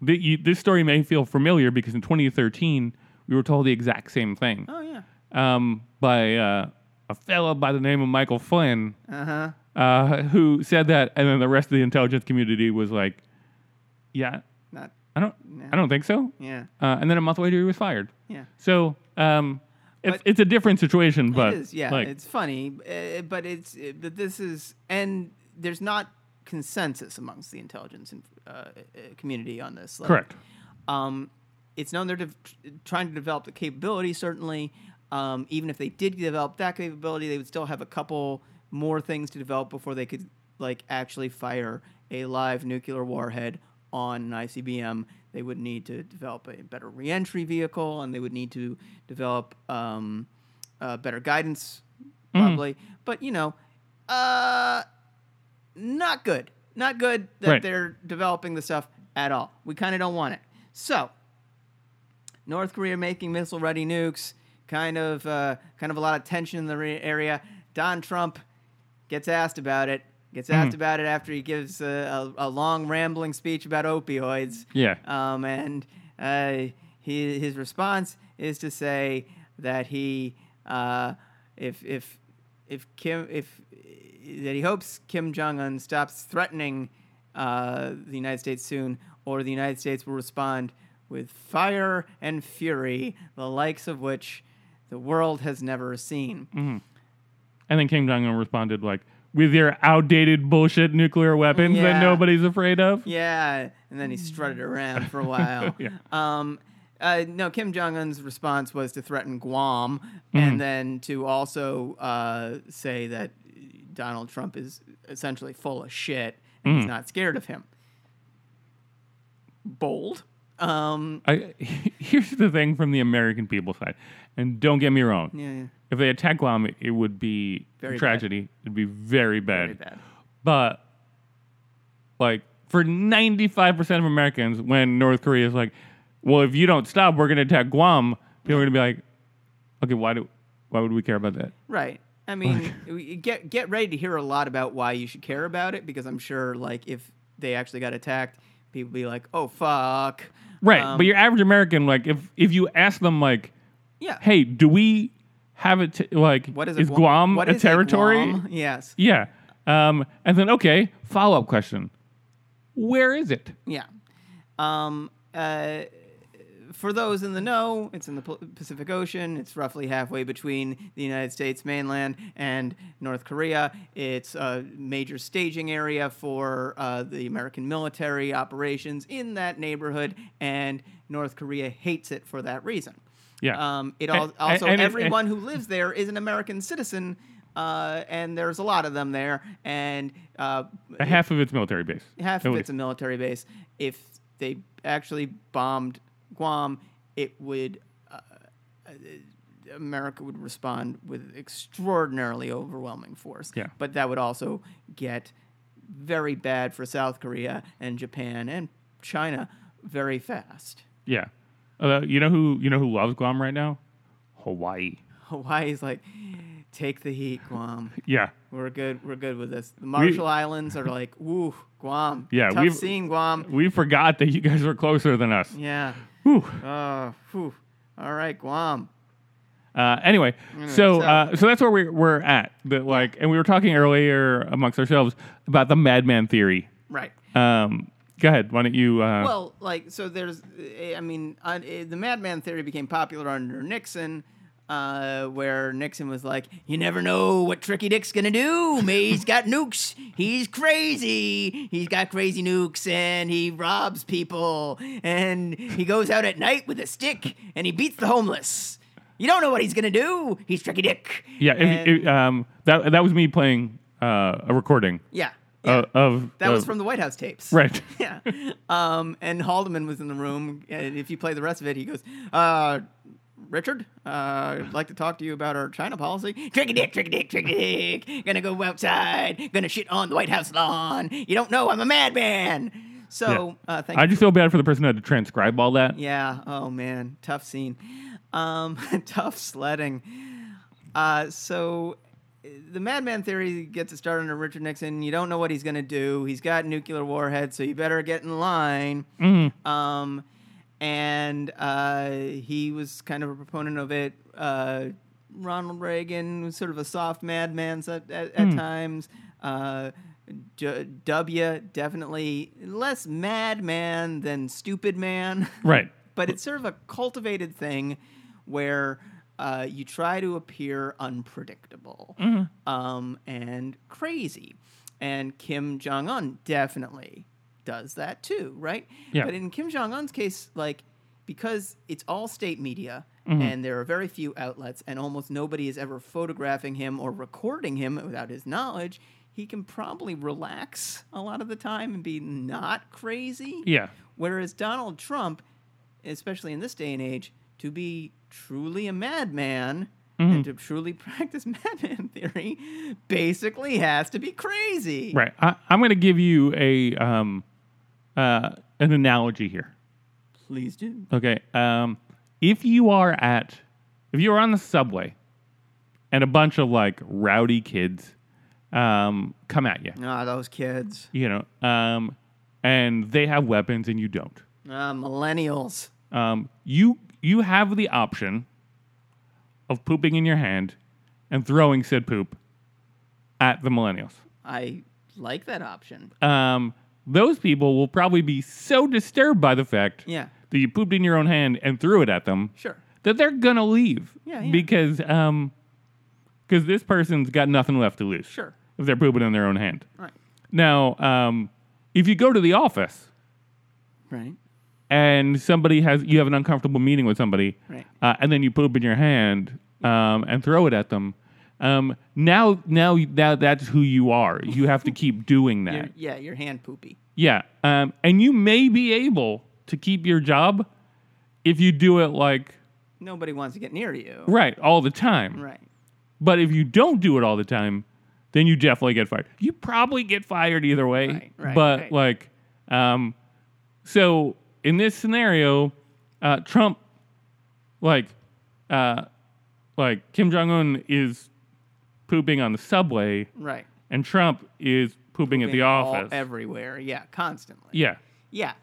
A: That you, this story may feel familiar because in 2013 we were told the exact same thing
B: Oh, yeah.
A: um, by uh, a fellow by the name of Michael Flynn,
B: Uh huh.
A: uh, who said that, and then the rest of the intelligence community was like, "Yeah,
B: Not,
A: I don't, I don't think so."
B: yeah.
A: Uh, and then a month later, he was fired.
B: Yeah.
A: So um, it's,
B: But-
A: it's a different situation, but
B: it is, yeah,
A: like,
B: it's funny, uh, but it's uh, but this is and there's not consensus amongst the intelligence and, uh, uh, community on this. Like,
A: correct.
B: Um, it's known they're de- trying to develop the capability. Certainly, um, even if they did develop that capability, they would still have a couple more things to develop before they could like actually fire a live nuclear warhead on an ICBM. They would need to develop a better reentry vehicle, and they would need to develop um, uh, better guidance,
A: Mm-hmm.
B: probably. But you know, uh, not good. Not good that
A: Right.
B: they're developing the stuff at all. We kind of don't want it. So, North Korea making missile-ready nukes, kind of, uh, kind of a lot of tension in the re- area. Don Trump gets asked about it. Gets
A: Mm-hmm.
B: asked about it after he gives a, a, a long rambling speech about opioids.
A: Yeah.
B: Um, and uh, he, his response is to say that he, uh, if if if Kim if that he hopes Kim Jong Un stops threatening uh, the United States soon, or the United States will respond with fire and fury, the likes of which the world has never seen.
A: And then Kim Jong Un responded like, "With your outdated bullshit nuclear weapons
B: Yeah.
A: that nobody's afraid of."
B: Yeah, and then he strutted around for a while.
A: Mm. Yeah.
B: Um, uh, no, Kim Jong Un's response was to threaten Guam,
A: Mm-hmm.
B: and then to also uh, say that Donald Trump is essentially full of shit and
A: Mm.
B: he's not scared of him. Bold. Um,
A: I, here's the thing from the American people side, and don't get me wrong.
B: yeah, yeah,
A: If they attack Guam, it, it would be
B: Very
A: a
B: bad.
A: tragedy. It'd be very bad.
B: very bad.
A: But like for 95% of Americans, when North Korea is like, "Well, if you don't stop, we're going to attack Guam," people are going to be like, "Okay, why do why would we care about that?"
B: Right. I mean, we- get get ready to hear a lot about why you should care about it because I'm sure, like, if they actually got attacked, people be like, "Oh fuck."
A: Right.
B: Um,
A: but your average American, like, if if you ask them, like,
B: yeah.
A: "Hey, do we have it? T- like,
B: What is, a
A: is
B: Gua-
A: Guam
B: what
A: a
B: is a
A: territory?"
B: Guam? Yes.
A: Yeah. Um, and then okay, follow up question: Where is it?
B: Yeah. Um, uh, for those in the know, it's in the P- Pacific Ocean. It's roughly halfway between the United States mainland and North Korea. It's a major staging area for uh, the American military operations in that neighborhood, and North Korea hates it for that reason.
A: Yeah.
B: Um, it
A: A-
B: al- also
A: and it-
B: everyone who lives there is an American citizen, uh, and there's a lot of them there, and uh,
A: Uh, half of its military base.
B: half
A: At
B: of
A: least.
B: it's a military base. If they actually bombed Guam, it would uh, uh, America would respond with extraordinarily overwhelming force.
A: Yeah.
B: But that would also get very bad for South Korea and Japan and China very fast.
A: Yeah. Uh, you know who you know who loves Guam right now? Hawaii.
B: Hawaii's like, take the heat, Guam.
A: Yeah.
B: We're good. We're good with this. The Marshall Islands are like, ooh, Guam.
A: Yeah,
B: tough
A: we've-
B: seeing Guam.
A: We forgot that you guys were closer than us.
B: Yeah.
A: Whew.
B: Oh, whew. all right, Guam.
A: Uh, anyway, so uh, so that's where we, we're at. That like, and we were talking earlier amongst ourselves about the madman theory.
B: Right.
A: Um, go ahead. Why don't you? Uh,
B: Well, like so, there's. eh, I mean, uh, eh, the madman theory became popular under Nixon, uh, where Nixon was like, "You never know what Tricky Dick's gonna do. He's got nukes. He's crazy. He's got crazy nukes, and he robs people, and he goes out at night with a stick, and he beats the homeless. You don't know what he's gonna do. He's Tricky Dick.
A: yeah, if,
B: And-
A: if, um, that that was me playing uh, a recording
B: yeah, yeah.
A: uh, of
B: that was
A: of-
B: from the White House tapes.
A: right.
B: yeah. Um, and Haldeman was in the room, and if you play the rest of it, he goes, uh, Richard, uh, I'd like to talk to you about our China policy. Tricky dick, tricky dick, tricky dick. Gonna go outside. Gonna shit on the White House lawn. You don't know I'm a madman. So, uh, thank
A: I
B: you.
A: just feel bad for the person who had to transcribe all that.
B: Yeah. Oh man, tough scene. Um, tough sledding. Uh, so uh, the madman theory gets its start under Richard Nixon. You don't know what he's going to do. He's got nuclear warheads, so you better get in line. Um, and uh, he was kind of a proponent of it. Uh, Ronald Reagan was sort of a soft madman so- at, at, at times. Uh, J- w definitely less madman than stupid man.
A: Right.
B: but it's sort of a cultivated thing where uh, you try to appear unpredictable um, and crazy. And Kim Jong un definitely does that too, right?
A: Yeah.
B: But in Kim Jong un's case, like, because it's all state media and there are very few outlets and almost nobody is ever photographing him or recording him without his knowledge, he can probably relax a lot of the time and be not crazy.
A: Yeah.
B: Whereas Donald Trump, especially in this day and age, to be truly a madman
A: Mm-hmm.
B: and to truly practice madman theory, basically has to be crazy.
A: Right. I, I'm going to give you a um, uh, an analogy here.
B: Please do.
A: Okay. Um, if you are at, if you are on the subway, and a bunch of like rowdy kids um, come at you,
B: Ah, those kids.
A: you know, um, and they have weapons and you don't,
B: Ah, millennials.
A: um, you you have the option of pooping in your hand and throwing said poop at the millennials.
B: I like that option.
A: Um, those people will probably be so disturbed by the fact
B: Yeah,
A: that you pooped in your own hand and threw it at them
B: sure.
A: that they're gonna leave.
B: Yeah, yeah.
A: Because um, because this person's got nothing left to lose.
B: Sure.
A: If they're pooping in their own hand.
B: Right.
A: Now, um, if you go to the office
B: Right.
A: and somebody has you have an uncomfortable meeting with somebody,
B: Right.
A: uh, and then you poop in your hand um, and throw it at them. Um, now, now, now that's who you are. You have to keep doing that.
B: Your, yeah, your hand poopy.
A: Yeah. Um, and you may be able to keep your job if you do it like
B: Nobody wants to get near you.
A: right all the time.
B: Right.
A: But if you don't do it all the time, then you definitely get fired. You probably get fired either way.
B: Right, right,
A: but
B: right.
A: like, um, so in this scenario, uh, Trump, like, uh, like Kim Jong Un is pooping on the subway,
B: Right.
A: and Trump is pooping, at the
B: All
A: office.
B: everywhere. Yeah, constantly.
A: yeah.
B: Yeah.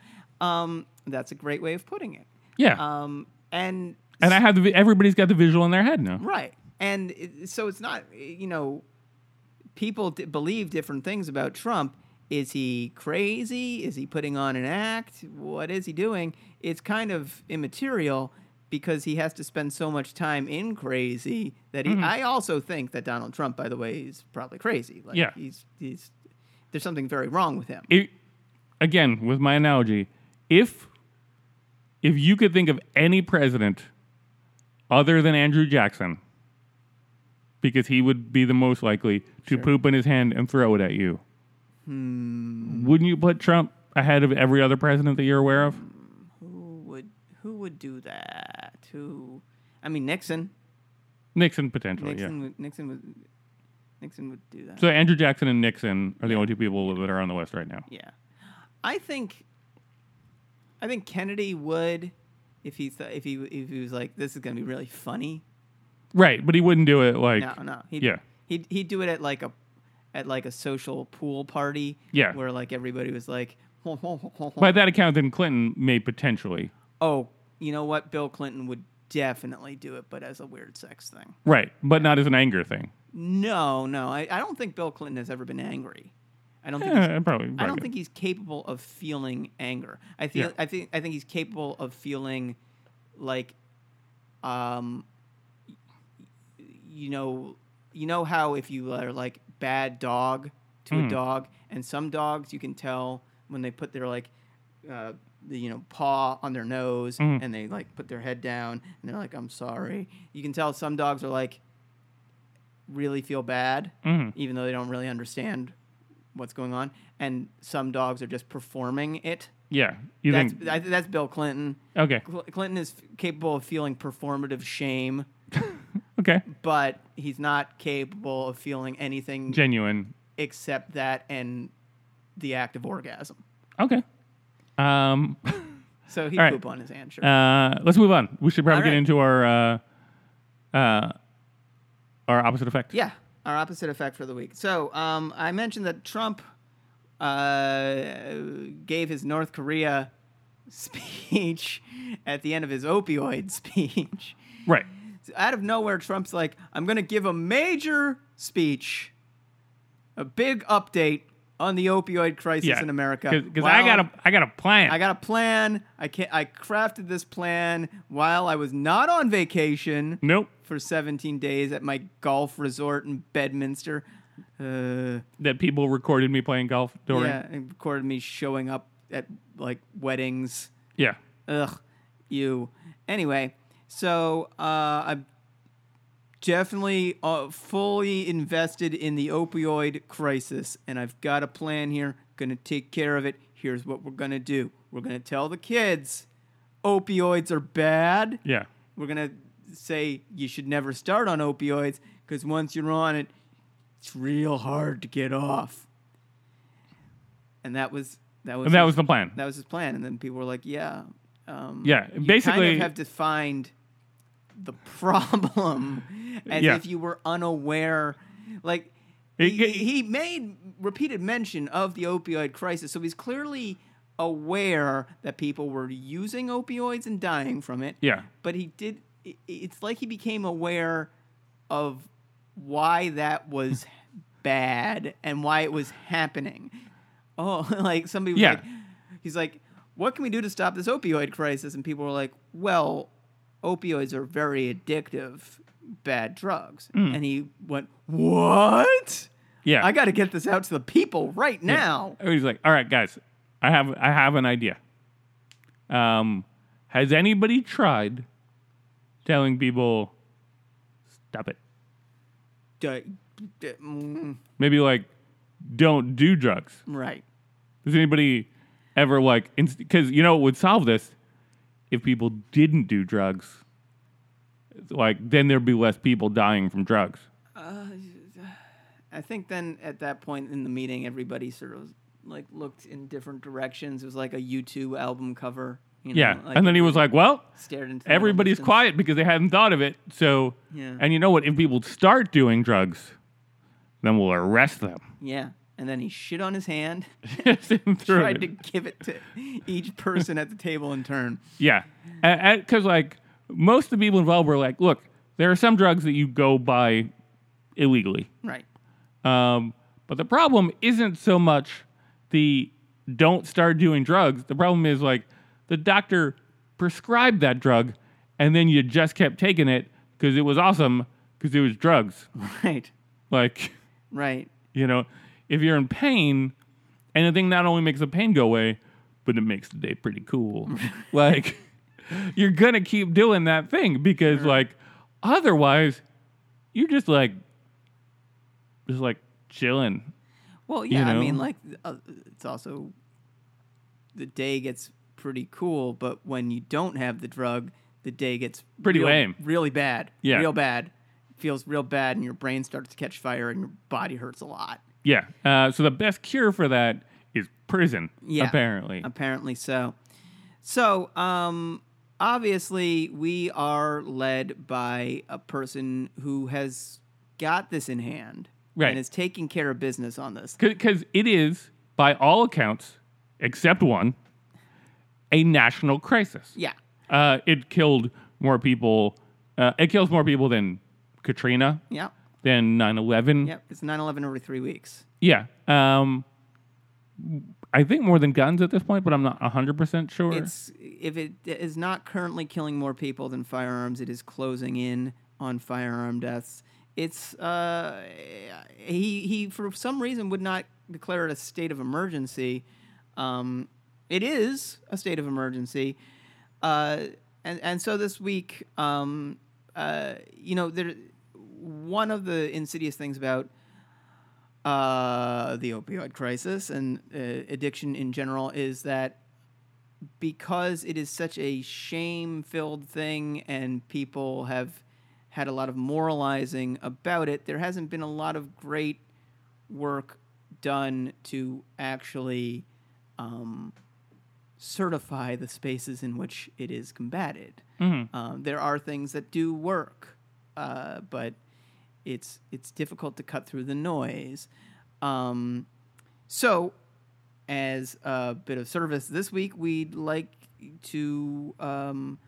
B: Um, that's a great way of putting it.
A: Yeah.
B: Um, and
A: And I have the vi- everybody's got the visual in their head now.
B: right, and it, so it's not you know, people d- believe different things about Trump. Is he crazy? Is he putting on an act? What is he doing? It's kind of immaterial because he has to spend so much time in crazy that
A: Mm-hmm.
B: he. I also think that Donald Trump, by the way, is probably crazy. Like
A: Yeah.
B: he's he's there's something very wrong with him.
A: It, again, with my analogy, if if you could think of any president other than Andrew Jackson, because he would be the most likely to poop in his hand and throw it at you,
B: Hmm.
A: wouldn't you put Trump ahead of every other president that you're aware of?
B: Who would who would do that? Who? I mean Nixon.
A: Nixon potentially,
B: Nixon
A: Oh, yeah.
B: would Nixon would Nixon would do that.
A: So Andrew Jackson and Nixon are the only two people that are on the list right now.
B: yeah, I think I think Kennedy would if he th- if he if he was like this is gonna be really funny.
A: Right, but he wouldn't do it like
B: No, no, he'd,
A: yeah.
B: he'd he'd do it at like a at like a social pool party.
A: Yeah.
B: where like everybody was like,
A: By that account, then Clinton may potentially.
B: oh, you know what? Bill Clinton would definitely do it, but as a weird sex thing.
A: Right, but not as an anger thing.
B: No, no, I, I don't think Bill Clinton has ever been angry. I don't think he's
A: Yeah, Eh, probably.
B: I don't think he's capable of feeling anger. I feel
A: Yeah.
B: I think I think he's capable of feeling like um y- you know you know how if you are like bad dog to a dog and some dogs you can tell when they put their like uh, the, you know paw on their nose and they like put their head down and they're like I'm sorry. You can tell some dogs are like really feel bad even though they don't really understand what's going on, and some dogs are just performing it.
A: Yeah, you
B: that's
A: think?
B: I, that's Bill Clinton.
A: Okay,
B: Cl- Clinton is capable of feeling performative shame,
A: okay,
B: but he's not capable of feeling anything
A: genuine.
B: except that and the act of orgasm.
A: Okay. Um,
B: So he
A: All right.
B: poop on his hand, sure.
A: uh, let's move on. We should probably
B: All
A: get
B: right.
A: into our uh, uh, our opposite effect.
B: Yeah, our opposite effect for the week. So um, I mentioned that Trump uh, gave his North Korea speech at the end of his opioid speech.
A: Right.
B: Out of nowhere, Trump's like, I'm going to give a major speech, a big update on the opioid crisis
A: Yeah.
B: in America.
A: Because I
B: while
A: got a I got a plan.
B: I got a plan. I can I crafted this plan while I was not on vacation
A: nope.
B: for 17 days at my golf resort in Bedminster. Uh,
A: That people recorded me playing golf during.
B: yeah, and recorded me showing up at like weddings.
A: yeah.
B: Ugh, you. Anyway, so uh, I'm definitely uh, fully invested in the opioid crisis, and I've got a plan here. Gonna take care of it. Here's what we're gonna do. We're gonna tell the kids opioids are bad.
A: Yeah.
B: We're gonna say you should never start on opioids because once you're on it, it's real hard to get off. And that was that was
A: And that
B: his-
A: was the plan.
B: that was his plan. And then people were like, "Yeah, um,
A: yeah.
B: kind
A: Basically.
B: of have defined the problem as
A: Yeah.
B: if you were unaware." Like
A: It-
B: he, he made repeated mention of the opioid crisis, so he's clearly aware that people were using opioids and dying from it
A: yeah.
B: but he did i- it's like he became aware of why that was bad and why it was happening oh like somebody was
A: Yeah.
B: like he's like what can we do to stop this opioid crisis and people were like well opioids are very addictive bad drugs and he went what
A: Hmm. Yeah.
B: i got to get this out to the people right now
A: He's like, "All right, guys, I have I have an idea. Um, has anybody tried telling people stop it?
B: D- d- mm,
A: Maybe like don't do drugs.
B: right
A: Has anybody ever like because you know what would solve this if people didn't do drugs? Like then there'd be less people dying from drugs.
B: I think then at that point in the meeting, everybody sort of like looked in different directions. It was like a U2 album cover. You know,
A: Yeah,
B: like
A: and then he was like, well."
B: stared into the middle
A: Everybody's
B: distance.
A: quiet because they hadn't thought of it. So,
B: Yeah.
A: and you know what? If people start doing drugs, then we'll arrest them.
B: Yeah, and then he shit on his hand.
A: Through
B: Tried
A: it.
B: to give it to each person at the table in turn.
A: Yeah, because like most of the people involved were like, look, there are some drugs that you go buy illegally,
B: Right.
A: um, but the problem isn't so much the don't start doing drugs. The problem is like the doctor prescribed that drug, and then you just kept taking it because it was awesome because it was drugs.
B: Right.
A: Like.
B: Right.
A: You know, if you're in pain, anything not only makes the pain go away, but it makes the day pretty cool. like, you're gonna keep doing that thing because, like, otherwise, you're just like, just like chilling.
B: Well, yeah, I
A: know?
B: mean, like, uh, it's also the day gets pretty cool, but when you don't have the drug, the day gets
A: Pretty
B: real-
A: lame.
B: really bad,
A: Yeah.
B: real bad. Feels real bad, and your brain starts to catch fire, and your body hurts a lot.
A: Yeah. Uh, so the best cure for that is prison.
B: Yeah.
A: Apparently.
B: Apparently so. So, um, obviously, we are led by a person who has got this in hand
A: Right.
B: and is taking care of business on this.
A: Because it is, by all accounts, except one, a national crisis.
B: Yeah.
A: Uh, it killed more people. Uh, it kills more people than Katrina,
B: Yeah.
A: than 9 11.
B: Yep. It's 9 11 every three weeks.
A: Yeah. Um, I think more than guns at this point, but I'm not 100% sure.
B: It's if it is not currently killing more people than firearms, it is closing in on firearm deaths. It's uh, he he for some reason would not declare it a state of emergency. Um, it is a state of emergency, uh, and and so this week, um, uh, you know, there one of the insidious things about uh, the opioid crisis and uh, addiction in general is that because it is such a shame filled thing and people have had a lot of moralizing about it, there hasn't been a lot of great work done to actually um, certify the spaces in which it is combated. Um, there are things that do work, uh, but it's it's difficult to cut through the noise. Um, so, as a bit of service this week, we'd like to um,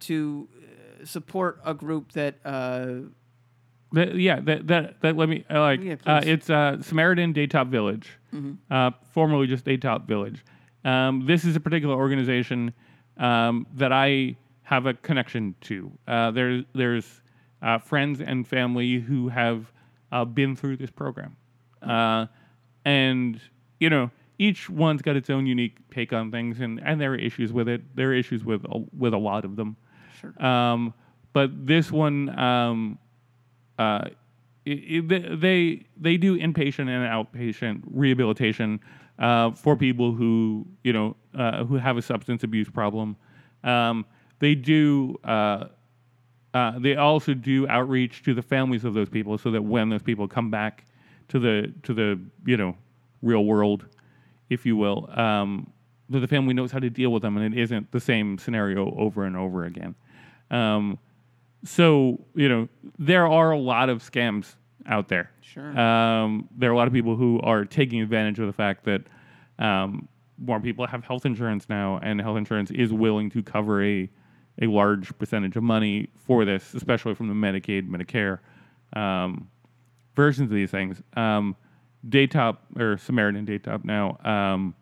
B: to uh, support a group that uh,
A: That- yeah, that, that, that let me, I like,
B: Yeah,
A: uh,
B: please. Mm-hmm.
A: it's uh, Samaritan Daytop Village, uh, formerly just Daytop Village. Um, this is a particular organization um, that I have a connection to. Uh, there, there's uh, friends and family who have uh, been through this program. Uh, and, you know, each one's got its own unique take on things, and, and there are issues with it. There are issues with, a- with a lot of them.
B: Sure.
A: Um, but this one, um, uh, it, it, they they do inpatient and outpatient rehabilitation uh, for people who you know uh, who have a substance abuse problem. Um, they do. Uh, uh, they also do outreach to the families of those people, so that when those people come back to the to the you know real world, if you will, um, that the family knows how to deal with them, and it isn't the same scenario over and over again. Um, so you know there are a lot of scams out there.
B: Sure.
A: Um, there are a lot of people who are taking advantage of the fact that um, more people have health insurance now, and health insurance is willing to cover a a large percentage of money for this, especially from the Medicaid, Medicare um, versions of these things. Um, Daytop or Samaritan Daytop now um,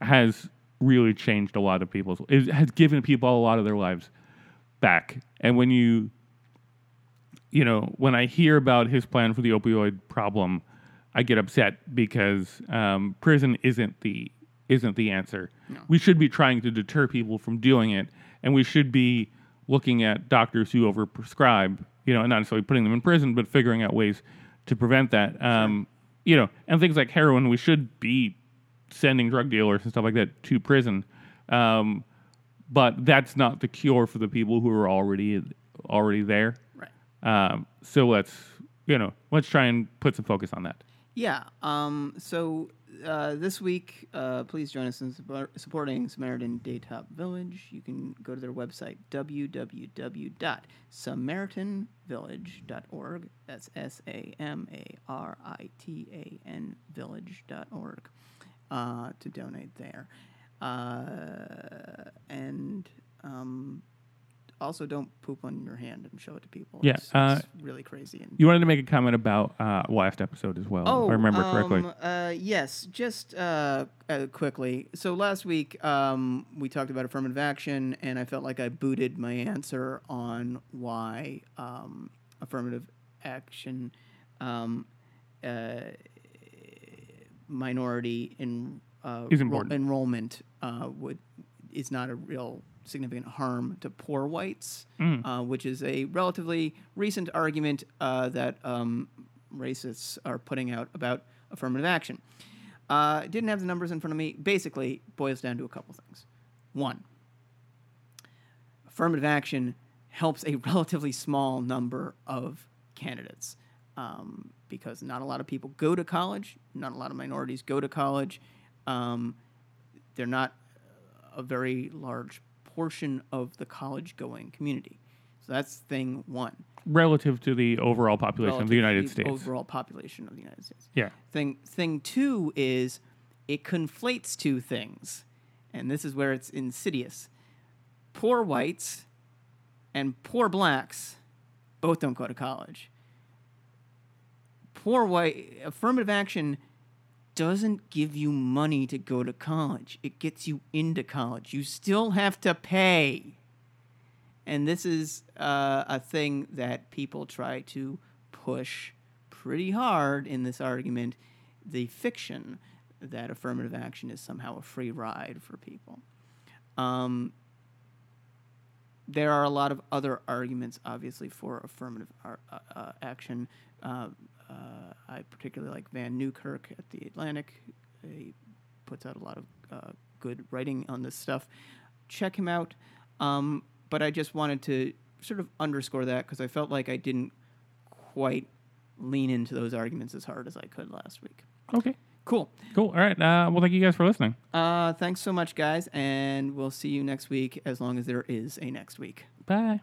A: has really changed a lot of people's. It has given people a lot of their lives back. And when you, you know, when I hear about his plan for the opioid problem, I get upset because um, prison isn't the isn't the answer. We should be trying to deter people from doing it, and we should be looking at doctors who overprescribe. You know, and not necessarily putting them in prison, but figuring out ways to prevent that. Um, You know, and things like heroin, we should be sending drug dealers and stuff like that to prison. Um, but that's not the cure for the people who are already already there.
B: right.
A: Um, so let's you know let's try and put some focus on that.
B: Yeah. Um, so uh, this week, uh, please join us in suppor- supporting Samaritan Daytop Village. You can go to their website, www.samaritanvillage.org. That's S A M A R I T A N village.org uh, to donate there. Uh, and um, also, don't poop on your hand and show it to people.
A: Yeah,
B: It's,
A: uh,
B: it's really crazy. And
A: You wanted to make a comment about uh, last episode as well, if I remember correctly.
B: um, Uh, yes, just uh, uh, quickly. So last week um, we talked about affirmative action, and I felt like I booted my answer on why um, affirmative action um, uh, minority in uh,
A: Is
B: ro-
A: important.
B: enrollment uh, would is not a real significant harm to poor whites, uh, which is a relatively recent argument uh, that um, racists are putting out about affirmative action. Uh, didn't have the numbers in front of me. Basically, boils down to a couple things. One, affirmative action helps a relatively small number of candidates um, because not a lot of people go to college, not a lot of minorities go to college. Um, they're not a very large portion of the college going community. So that's thing one.
A: Relative to the overall population of the United
B: relative to
A: States.
B: the Overall population of the United States.
A: yeah.
B: Thing thing two is it conflates two things, and this is where it's insidious. Poor whites and poor blacks both don't go to college. Poor white affirmative action doesn't give you money to go to college. It gets you into college. You still have to pay. And this is uh, a thing that people try to push pretty hard in this argument the fiction that affirmative action is somehow a free ride for people. Um, there are a lot of other arguments, obviously, for affirmative ar- uh, uh, action. Uh, uh, I particularly like Van Newkirk at The Atlantic. He puts out a lot of uh, good writing on this stuff. Check him out. Um, but I just wanted to sort of underscore that because I felt like I didn't quite lean into those arguments as hard as I could last week.
A: Okay.
B: Cool.
A: Cool. All right. Uh, well, thank you guys for listening.
B: Uh, thanks so much, guys, and we'll see you next week as long as there is a next week.
A: Bye.